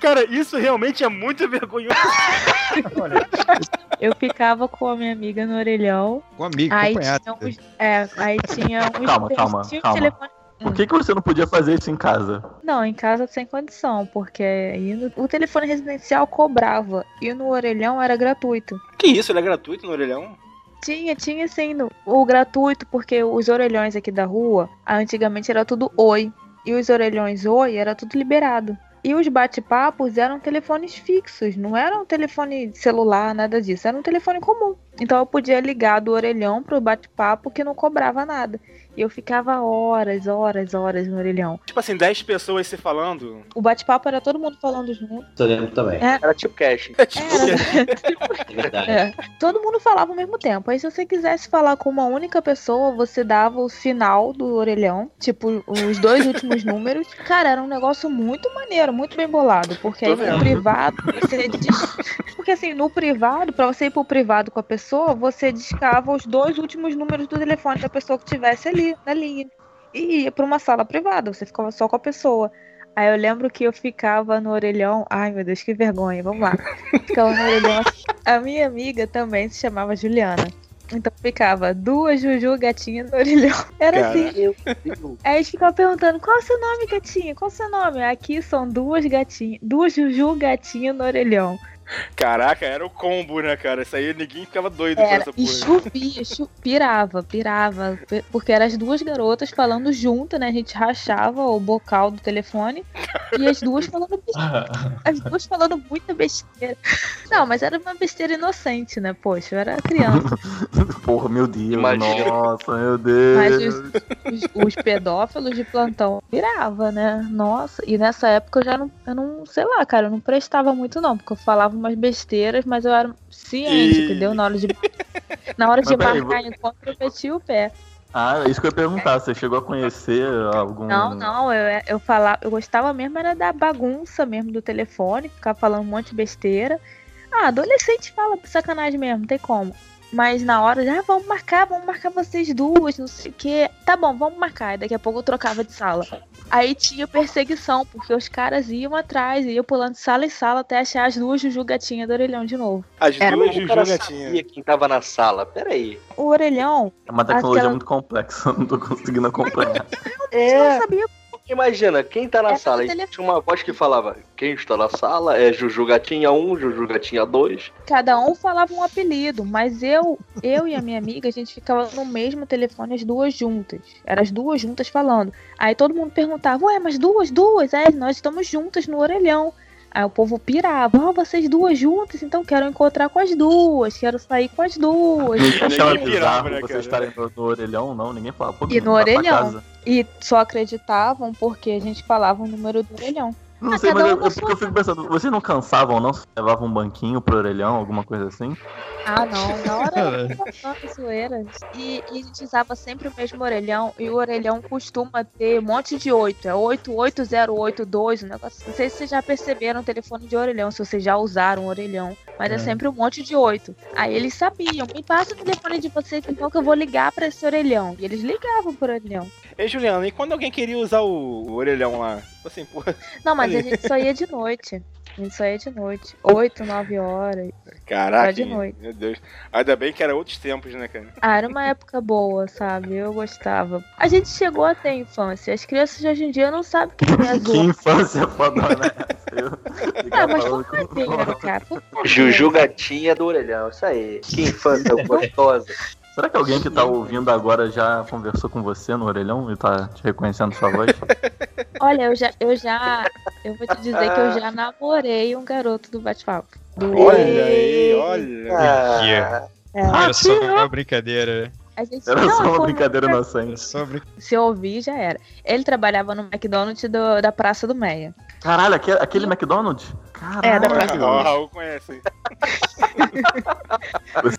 [SPEAKER 8] Cara, isso realmente é muito vergonhoso.
[SPEAKER 4] É, Eu ficava com a minha amiga no orelhão.
[SPEAKER 7] Com um amigo,
[SPEAKER 4] Aí
[SPEAKER 7] acompanhado.
[SPEAKER 4] tinha, uns, é, aí tinha uns.
[SPEAKER 10] Calma, calma,
[SPEAKER 4] tinha um
[SPEAKER 10] calma.
[SPEAKER 4] telefone-
[SPEAKER 10] Por que, que você não podia fazer isso em casa?
[SPEAKER 4] Não, em casa sem condição, porque aí no- o telefone residencial cobrava e no orelhão era gratuito.
[SPEAKER 8] que isso, ele é gratuito no orelhão?
[SPEAKER 4] Tinha, tinha sim no- o gratuito, porque os orelhões aqui da rua, ah, antigamente era tudo oi. E os orelhões oi era tudo liberado. E os bate-papos eram telefones fixos, não era um telefone celular, nada disso, era um telefone comum. Então eu podia ligar do orelhão pro bate-papo que não cobrava nada. E Eu ficava horas, horas, horas no orelhão.
[SPEAKER 8] Tipo assim, 10 pessoas se falando.
[SPEAKER 4] O bate-papo era todo mundo falando junto.
[SPEAKER 14] Isso eu lembro também.
[SPEAKER 4] É.
[SPEAKER 5] Era tipo cash.
[SPEAKER 8] né?
[SPEAKER 14] É verdade.
[SPEAKER 4] É. Todo mundo falava ao mesmo tempo. Aí se você quisesse falar com uma única pessoa, você dava o final do orelhão, tipo os dois últimos números. Cara, era um negócio muito maneiro, muito bem bolado, porque aí
[SPEAKER 15] Tô
[SPEAKER 4] no
[SPEAKER 15] vendo.
[SPEAKER 4] privado você dis- porque assim, no privado, pra você ir pro privado com a pessoa, você discava os dois últimos números do telefone da pessoa que tivesse ali na linha. E ia pra uma sala privada, você ficava só com a pessoa. Aí eu lembro que eu ficava no orelhão. Ai, meu Deus, que vergonha. Vamos lá. Ficava no orelhão. assim. A minha amiga também se chamava Juliana. Então ficava duas Juju gatinha no orelhão. Era assim. Aí eles ficavam perguntando: qual é o seu nome, gatinha? Qual é o seu nome? Aqui são duas gatinhas, duas Juju gatinha no orelhão.
[SPEAKER 8] Caraca, era o combo, né, cara? Isso aí ninguém ficava doido com
[SPEAKER 4] Era,
[SPEAKER 8] essa porra.
[SPEAKER 4] e chovia, chu- pirava, pirava. pi- Porque eram as duas garotas falando junto, né? A gente rachava o bocal do telefone e as duas falando besteira. As duas falando muita besteira. Não, mas era uma besteira inocente, né? Poxa, eu era criança.
[SPEAKER 10] Porra, meu Deus.
[SPEAKER 16] Imagina.
[SPEAKER 10] Nossa, meu
[SPEAKER 4] Mas
[SPEAKER 10] Deus.
[SPEAKER 4] os, os- os pedófilos de plantão pirava, né? Nossa, e nessa época eu já não, eu não, sei lá, cara, eu não prestava muito não, porque eu falava umas besteiras, mas eu era ciente,
[SPEAKER 10] Ih.
[SPEAKER 4] entendeu? Na hora de, na hora de
[SPEAKER 10] Mas peraí,
[SPEAKER 4] marcar encontro, eu meti o pé.
[SPEAKER 10] Ah, isso que eu ia perguntar. Você chegou a conhecer algum.
[SPEAKER 4] Não, não, eu, eu falava, eu gostava mesmo era da bagunça mesmo do telefone, ficar falando um monte de besteira. Ah, adolescente fala sacanagem mesmo, não tem como. Mas na hora, já ah, vamos marcar, vamos marcar vocês duas, não sei o quê. Tá bom, vamos marcar. E daqui a pouco eu trocava de sala. Aí tinha perseguição, porque os caras iam atrás, iam pulando de sala em sala até achar as duas Juju gatinha do orelhão de novo.
[SPEAKER 8] As
[SPEAKER 4] Era
[SPEAKER 8] duas
[SPEAKER 4] um
[SPEAKER 8] Juju
[SPEAKER 4] cara
[SPEAKER 8] gatinhas.
[SPEAKER 5] Quem tava na sala? Peraí.
[SPEAKER 4] O orelhão.
[SPEAKER 10] É uma tecnologia
[SPEAKER 4] aquela-
[SPEAKER 10] muito complexa, eu não tô conseguindo acompanhar.
[SPEAKER 5] É.
[SPEAKER 4] sabia.
[SPEAKER 5] Porque imagina, quem tá na sala? E tinha uma voz que falava: quem está na sala é Juju Gatinha 1, Juju Gatinha 2.
[SPEAKER 4] Cada um falava um apelido, mas eu, eu e a minha amiga, a gente ficava no mesmo telefone as duas juntas. Eram as duas juntas falando. Aí todo mundo perguntava, ué, mas duas, duas, é, nós estamos juntas no orelhão. Aí o povo pirava, ó, vocês duas juntas, então quero encontrar com as duas, quero sair com as duas.
[SPEAKER 10] Ninguém achava
[SPEAKER 8] pirava,
[SPEAKER 10] bizarro
[SPEAKER 8] né,
[SPEAKER 10] vocês estarem no, no orelhão, não. Ninguém falava. Pô,
[SPEAKER 4] E
[SPEAKER 10] menino,
[SPEAKER 4] no
[SPEAKER 10] vai pra
[SPEAKER 4] orelhão. Ah,
[SPEAKER 10] casa.
[SPEAKER 4] E só acreditavam porque a gente falava o número do orelhão.
[SPEAKER 10] Não
[SPEAKER 4] Ah,
[SPEAKER 10] sei,
[SPEAKER 4] cada
[SPEAKER 10] mas
[SPEAKER 4] um
[SPEAKER 10] eu,
[SPEAKER 4] na
[SPEAKER 10] eu, porque eu fico pensando, vocês não cansavam, não? Se levavam um banquinho pro orelhão, alguma coisa assim?
[SPEAKER 4] Ah, não, na hora era só zoeira. E, e a gente usava sempre o mesmo orelhão, e o orelhão costuma ter um monte de 8, é 88082, um negócio. Não sei se vocês já perceberam o telefone de orelhão, se vocês já usaram o orelhão, mas é,
[SPEAKER 15] É.
[SPEAKER 4] sempre um monte de 8. Aí eles sabiam, me passa o telefone de vocês então que eu vou ligar pra esse orelhão. E eles ligavam pro orelhão.
[SPEAKER 8] Ei, Juliana, e quando alguém queria usar o, o orelhão lá? Tipo Assim, porra.
[SPEAKER 4] Não, mas a
[SPEAKER 8] Ali.
[SPEAKER 4] gente só ia de noite. A gente só ia de noite. 8, 9 horas.
[SPEAKER 8] Caraca,
[SPEAKER 4] Só de noite.
[SPEAKER 8] meu Deus. Ainda bem que era outros tempos, né, cara?
[SPEAKER 4] Ah, era uma época boa, sabe? Eu gostava. A gente chegou até a infância. As crianças de hoje em dia não sabem o que é
[SPEAKER 10] Que
[SPEAKER 4] azul.
[SPEAKER 10] infância fodona é essa? Eu
[SPEAKER 4] Ah,
[SPEAKER 10] ficava
[SPEAKER 4] mas
[SPEAKER 10] falando
[SPEAKER 4] por maneiro, né, cara. Por
[SPEAKER 5] Juju Gatinha do Orelhão, isso aí. Que infância gostosa.
[SPEAKER 10] Será que alguém que tá ouvindo agora já conversou com você no orelhão e tá te reconhecendo sua voz?
[SPEAKER 4] Olha, eu já, eu já. Eu vou te dizer que eu já namorei um garoto do bate-papo. Do-
[SPEAKER 7] Olha aí, olha.
[SPEAKER 4] É.
[SPEAKER 7] Era só uma brincadeira, né?
[SPEAKER 4] A gente
[SPEAKER 10] Era
[SPEAKER 4] não,
[SPEAKER 10] só uma
[SPEAKER 4] foi-
[SPEAKER 10] brincadeira inocente.
[SPEAKER 4] Se eu ouvir, já era. Ele trabalhava no McDonald's do- da Praça do Meia.
[SPEAKER 10] Caralho, aquele, aquele McDonald's?
[SPEAKER 4] É, da
[SPEAKER 10] Caralho.
[SPEAKER 4] Praça
[SPEAKER 8] Ó, Raul conhece. hein?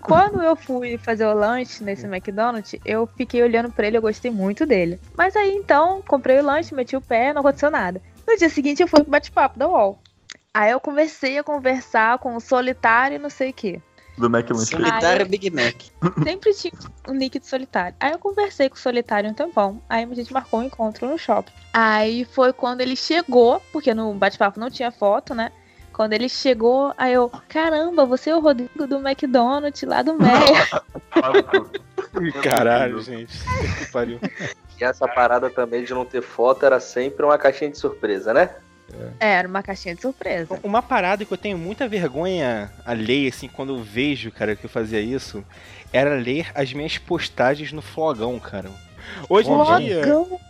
[SPEAKER 4] Quando eu fui fazer o lanche nesse McDonald's, eu fiquei olhando pra ele, eu gostei muito dele. Mas aí então, comprei o lanche, meti o pé, não aconteceu nada. No dia seguinte eu fui pro bate-papo da UOL. Aí eu comecei a conversar com o solitário e não sei o quê.
[SPEAKER 10] Do McLunch.
[SPEAKER 4] Solitário
[SPEAKER 6] é Big Mac.
[SPEAKER 4] Sempre tinha um nick de solitário. Aí eu conversei com o solitário um tempão. Aí a gente marcou um encontro no shopping. Aí foi quando ele chegou, porque no bate-papo não tinha foto, né? Quando ele chegou, aí eu, caramba, você é o Rodrigo do McDonald's lá do Meia.
[SPEAKER 8] Caralho, gente. Que pariu.
[SPEAKER 5] E essa parada também de não ter foto era sempre uma caixinha de surpresa, né?
[SPEAKER 4] É, Era uma caixinha de surpresa.
[SPEAKER 8] Um, Uma parada que eu tenho muita vergonha alheia, assim, quando eu vejo, cara, que eu fazia isso, era ler as minhas postagens no flogão, cara. Hoje em
[SPEAKER 3] Flogão.
[SPEAKER 8] dia.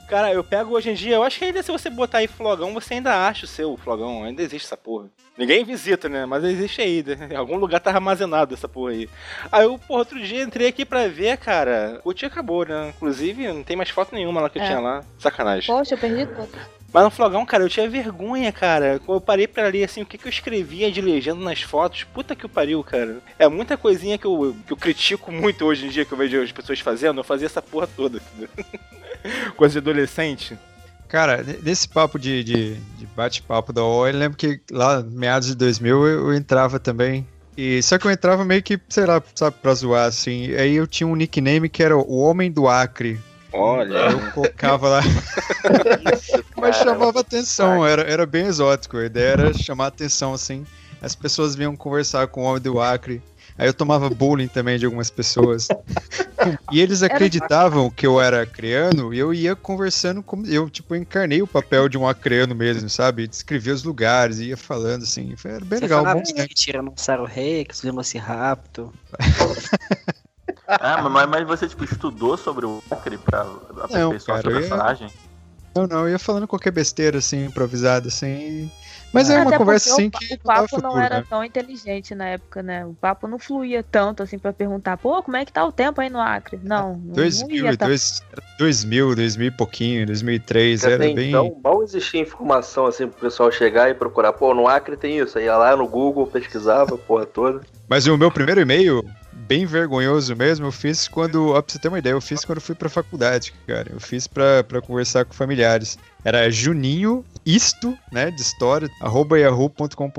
[SPEAKER 8] Cara, eu pego hoje em dia, eu acho que ainda se você botar aí flogão, você ainda acha o seu flogão, ainda existe essa porra. Ninguém visita, né? Mas existe aí, né? em algum lugar tá armazenado essa porra aí. Aí eu, porra, outro dia entrei aqui pra ver, cara, o dia acabou, né? Inclusive, não tem mais foto nenhuma lá que eu
[SPEAKER 3] É.
[SPEAKER 8] tinha lá. Sacanagem.
[SPEAKER 3] Poxa, eu perdi tudo.
[SPEAKER 8] Mas no flogão, cara, eu tinha vergonha, cara. Quando eu parei pra ler, assim, o que, que eu escrevia de legenda nas fotos, puta que o pariu, cara. É muita coisinha que eu, que eu critico muito hoje em dia, que eu vejo as pessoas fazendo, eu fazia essa porra toda, entendeu? Coisa de adolescente.
[SPEAKER 7] Cara, ne- nesse papo de, de, de bate-papo da UOL, eu lembro que lá meados de 2000 eu, eu entrava também. E, só que eu entrava meio que, sei lá, sabe, pra zoar, assim. Aí eu tinha um nickname que era o Homem do Acre.
[SPEAKER 8] Olha.
[SPEAKER 7] Eu colocava lá. Mas chamava atenção, era, era bem exótico. A ideia era chamar atenção, assim. As pessoas vinham conversar com o Homem do Acre. Aí eu tomava bullying também de algumas pessoas. E eles
[SPEAKER 17] Era-
[SPEAKER 7] acreditavam que eu era acreano e eu ia conversando como. Eu, tipo, encarnei o papel de um acreano mesmo, sabe? Descrevia os lugares, ia falando assim. Foi, era bem
[SPEAKER 6] Você
[SPEAKER 7] legal.
[SPEAKER 6] falava
[SPEAKER 7] bom
[SPEAKER 6] que Tiranossauro Rex, Velociraptor.
[SPEAKER 10] Ah, mas, mas você tipo, estudou sobre o Acre pra aperfeiçoar
[SPEAKER 7] cara,
[SPEAKER 10] sua
[SPEAKER 7] eu-
[SPEAKER 10] personagem?
[SPEAKER 7] Não, não, eu ia falando qualquer besteira, assim, improvisada, assim. Mas é
[SPEAKER 3] Até
[SPEAKER 7] uma conversa
[SPEAKER 3] porque
[SPEAKER 7] assim
[SPEAKER 3] o, pa-
[SPEAKER 7] que.
[SPEAKER 3] O papo não
[SPEAKER 7] futuro,
[SPEAKER 3] era
[SPEAKER 7] né?
[SPEAKER 3] tão inteligente na época, né? O papo não fluía tanto assim pra perguntar, pô, como é que tá o tempo aí no Acre? Não, não, não ia
[SPEAKER 7] 2000,
[SPEAKER 3] tanto.
[SPEAKER 7] dois- 2000, 2000 e pouquinho, 2003,
[SPEAKER 1] Até
[SPEAKER 7] era bem.
[SPEAKER 1] então, mal existia informação assim pro pessoal chegar e procurar. Pô, no Acre tem isso. Aí ia lá no Google, pesquisava, a porra toda.
[SPEAKER 7] Mas o meu primeiro e-mail, bem vergonhoso mesmo, eu fiz quando, ó, pra você ter uma ideia, eu fiz quando eu fui pra faculdade, cara. Eu fiz pra, pra conversar com familiares. Era juninho, isto, né, de história, arroba yahoo.com.br,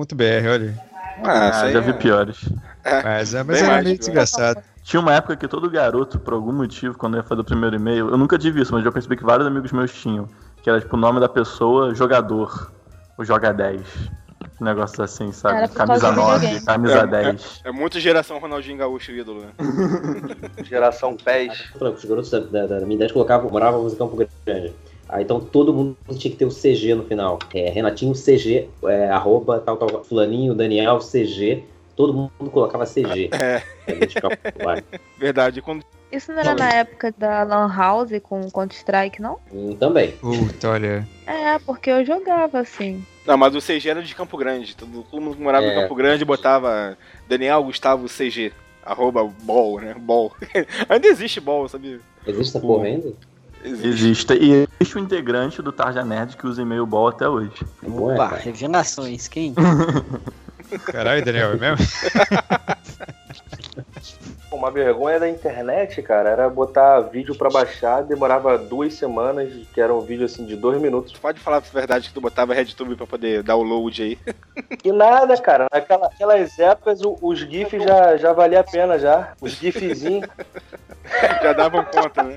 [SPEAKER 7] olha.
[SPEAKER 10] Ah, isso aí já é- vi piores.
[SPEAKER 7] Mas, é, mas era meio desgraçado.
[SPEAKER 10] Tinha uma época que todo garoto, por algum motivo, quando ia fazer o primeiro e-mail, eu nunca tive isso, mas eu percebi que vários amigos meus tinham. Que era tipo o nome da pessoa, jogador. O joga 10. Negócios assim, sabe?
[SPEAKER 8] Era por causa
[SPEAKER 10] camisa
[SPEAKER 8] do
[SPEAKER 10] 9,
[SPEAKER 8] videogame.
[SPEAKER 10] camisa
[SPEAKER 8] É,
[SPEAKER 10] 10.
[SPEAKER 8] É muito geração Ronaldinho Gaúcho ídolo, né?
[SPEAKER 1] Geração pés.
[SPEAKER 5] Os garotos da, da- da minha idade colocavam, é morávamos em Campo um Grande. Aí então todo mundo tinha que ter o CG no final. É, Renatinho CG, é, arroba, tal, tal, fulaninho, Daniel CG. Todo mundo colocava CG.
[SPEAKER 8] É. Verdade. Quando...
[SPEAKER 3] Isso não era na época da Lan House com Counter-Strike, não?
[SPEAKER 5] Hum, Também.
[SPEAKER 7] Puta, olha.
[SPEAKER 3] É, porque eu jogava assim.
[SPEAKER 8] Não, mas o CG era de Campo Grande. Todo todo mundo que morava em
[SPEAKER 5] É.
[SPEAKER 8] Campo Grande botava Daniel Gustavo CG. Arroba ball, né? Ball. ainda existe ball, sabia?
[SPEAKER 5] Existe essa porra ainda?
[SPEAKER 10] Existe. E existe um integrante do Tarja Nerd que usa e-mail ball até hoje.
[SPEAKER 6] Opa, revelações, quem?
[SPEAKER 7] Caralho, Daniel, é mesmo?
[SPEAKER 1] Uma vergonha da internet, cara, era botar vídeo pra baixar, demorava duas semanas, que era um vídeo assim de dois minutos.
[SPEAKER 8] Pode falar a verdade que tu botava RedTube pra poder dar o load aí.
[SPEAKER 1] E nada, cara. Naquela, naquelas épocas o- os GIFs já, já valia a pena já. Os GIFzinhos
[SPEAKER 8] já davam conta, né?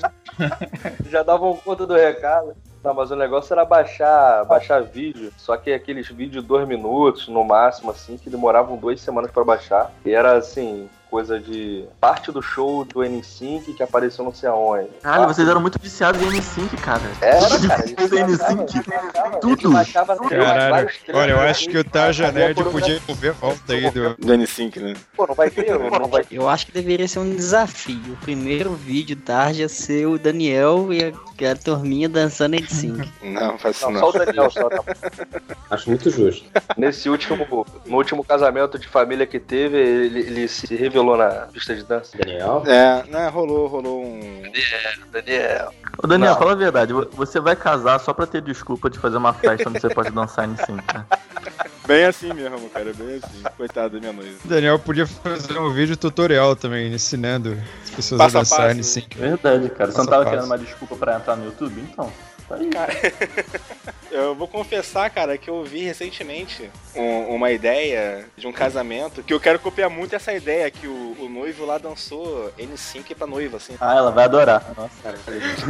[SPEAKER 1] já davam conta do recado. Não, mas o negócio era baixar, baixar vídeo. Só que aqueles vídeos de dois minutos, no máximo, assim, que demoravam duas semanas pra baixar. E era assim, coisa de parte do show do N5 que apareceu não sei aonde.
[SPEAKER 10] Caralho, vocês eram muito viciados em N5, cara.
[SPEAKER 1] Era, cara. Eles
[SPEAKER 10] N5,
[SPEAKER 1] baixavam,
[SPEAKER 10] tudo.
[SPEAKER 1] eles baixavam
[SPEAKER 7] Caralho.
[SPEAKER 1] vários
[SPEAKER 7] Olha, eu
[SPEAKER 1] trailers,
[SPEAKER 7] acho que o Tarja Nerd podia ver a volta aí do.
[SPEAKER 8] Do N5, né?
[SPEAKER 1] Pô, não vai ter, não vai
[SPEAKER 6] Eu acho que deveria ser um desafio. O primeiro vídeo tarde ia ser o Daniel e a, a turminha dançando em sync.
[SPEAKER 8] Não, faz
[SPEAKER 1] Não, só o Daniel só, tá bom.
[SPEAKER 5] Acho muito justo.
[SPEAKER 1] Nesse último, no último casamento de família que teve, ele, ele se revelou na pista de dança.
[SPEAKER 5] Daniel?
[SPEAKER 8] É, né? Rolou, rolou um.
[SPEAKER 1] Daniel, Daniel.
[SPEAKER 10] Ô Daniel,
[SPEAKER 1] Não.
[SPEAKER 10] fala a verdade, vo- você vai casar só pra ter desculpa de fazer uma festa onde você pode dançar né? N5, cara.
[SPEAKER 8] Bem assim mesmo, cara. Bem assim. Coitado da minha noiva.
[SPEAKER 7] O Daniel podia fazer um vídeo tutorial também, ensinando as pessoas
[SPEAKER 8] Passo
[SPEAKER 7] a
[SPEAKER 8] a
[SPEAKER 7] dançar
[SPEAKER 8] passo.
[SPEAKER 7] assim.
[SPEAKER 10] Verdade, cara. Você não
[SPEAKER 7] Passo a
[SPEAKER 10] tava
[SPEAKER 7] passo.
[SPEAKER 10] querendo uma desculpa pra entrar no YouTube, então? Tá aí.
[SPEAKER 8] Cara, eu vou confessar, cara, que eu vi recentemente um- uma ideia de um casamento que eu quero copiar muito essa ideia que o, o noivo lá dançou N5 pra noiva, assim.
[SPEAKER 10] Ah, ela vai adorar. Nossa, cara.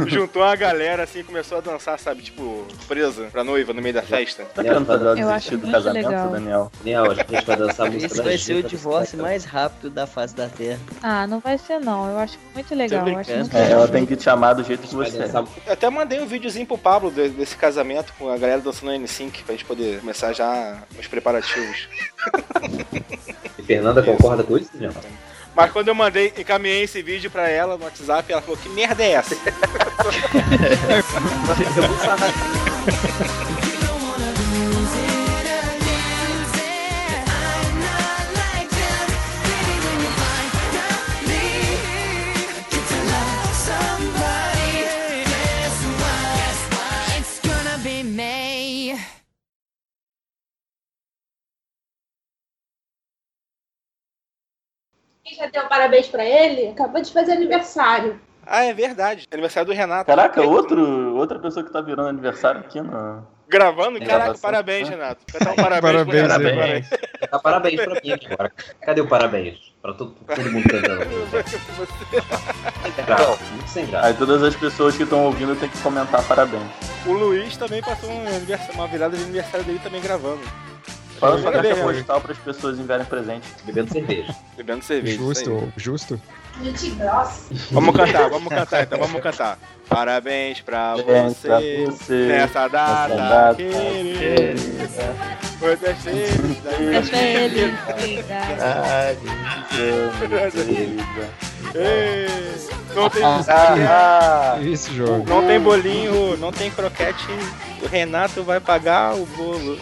[SPEAKER 8] Juntou a galera, assim, e começou a dançar, sabe? Tipo, presa pra noiva no meio da festa.
[SPEAKER 10] Tá querendo fazer ela
[SPEAKER 6] Eu
[SPEAKER 10] desistir
[SPEAKER 6] acho
[SPEAKER 10] do
[SPEAKER 6] muito
[SPEAKER 10] casamento,
[SPEAKER 6] legal.
[SPEAKER 10] Daniel?
[SPEAKER 5] Daniel, acho que a gente vai dançar Tá a música
[SPEAKER 6] Esse
[SPEAKER 5] da
[SPEAKER 6] vai ser o
[SPEAKER 5] Gita.
[SPEAKER 6] divórcio mais rápido da face da Terra.
[SPEAKER 3] Ah, não vai ser não. Eu acho muito legal. Eu acho muito
[SPEAKER 10] É,
[SPEAKER 3] legal.
[SPEAKER 10] ela tem que te amar do jeito que você é.
[SPEAKER 8] Eu até mandei um videozinho pro Pablo de- desse casamento com a galera dançando N5 pra gente poder começar já os preparativos.
[SPEAKER 5] E Fernanda concorda com isso, Daniel?
[SPEAKER 8] Mas quando eu mandei, encaminhei esse vídeo pra ela no WhatsApp, ela falou, que merda é essa?
[SPEAKER 17] Quem já deu um parabéns pra ele? Acabou de fazer aniversário.
[SPEAKER 8] ah, é verdade. Aniversário do Renato.
[SPEAKER 10] Caraca, outro, outra pessoa que tá virando aniversário aqui né? no.
[SPEAKER 8] Gravando?
[SPEAKER 10] Na
[SPEAKER 8] Caraca,
[SPEAKER 10] gravação.
[SPEAKER 8] parabéns, Renato. Vai dar um parabéns, pro
[SPEAKER 5] Parabéns,
[SPEAKER 8] Renato.
[SPEAKER 5] parabéns. Dá Tá, parabéns pra mim aqui agora. Cadê o parabéns? Pra todo, todo mundo cantando.
[SPEAKER 10] Tá.
[SPEAKER 5] Muito sem
[SPEAKER 10] Aí todas as pessoas que estão ouvindo tem que comentar parabéns.
[SPEAKER 8] O Luiz também passou um aniversário- uma virada de aniversário dele também gravando.
[SPEAKER 10] Fala sua
[SPEAKER 8] Parabéns,
[SPEAKER 10] caixa
[SPEAKER 8] Renato.
[SPEAKER 10] postal para as pessoas enviarem presente.
[SPEAKER 5] Bebendo cerveja.
[SPEAKER 8] Bebendo cerveja. isso aí.
[SPEAKER 7] Justo, justo.
[SPEAKER 17] Gente grossa.
[SPEAKER 8] Vamos cantar, vamos cantar então, vamos cantar. Parabéns pra você, nessa data, querida. Muitas
[SPEAKER 3] É
[SPEAKER 8] felicidades. Ei, Não tem, Ah,
[SPEAKER 7] Isso, jogo.
[SPEAKER 8] não tem bolinho, não tem croquete. O Renato vai pagar o bolo.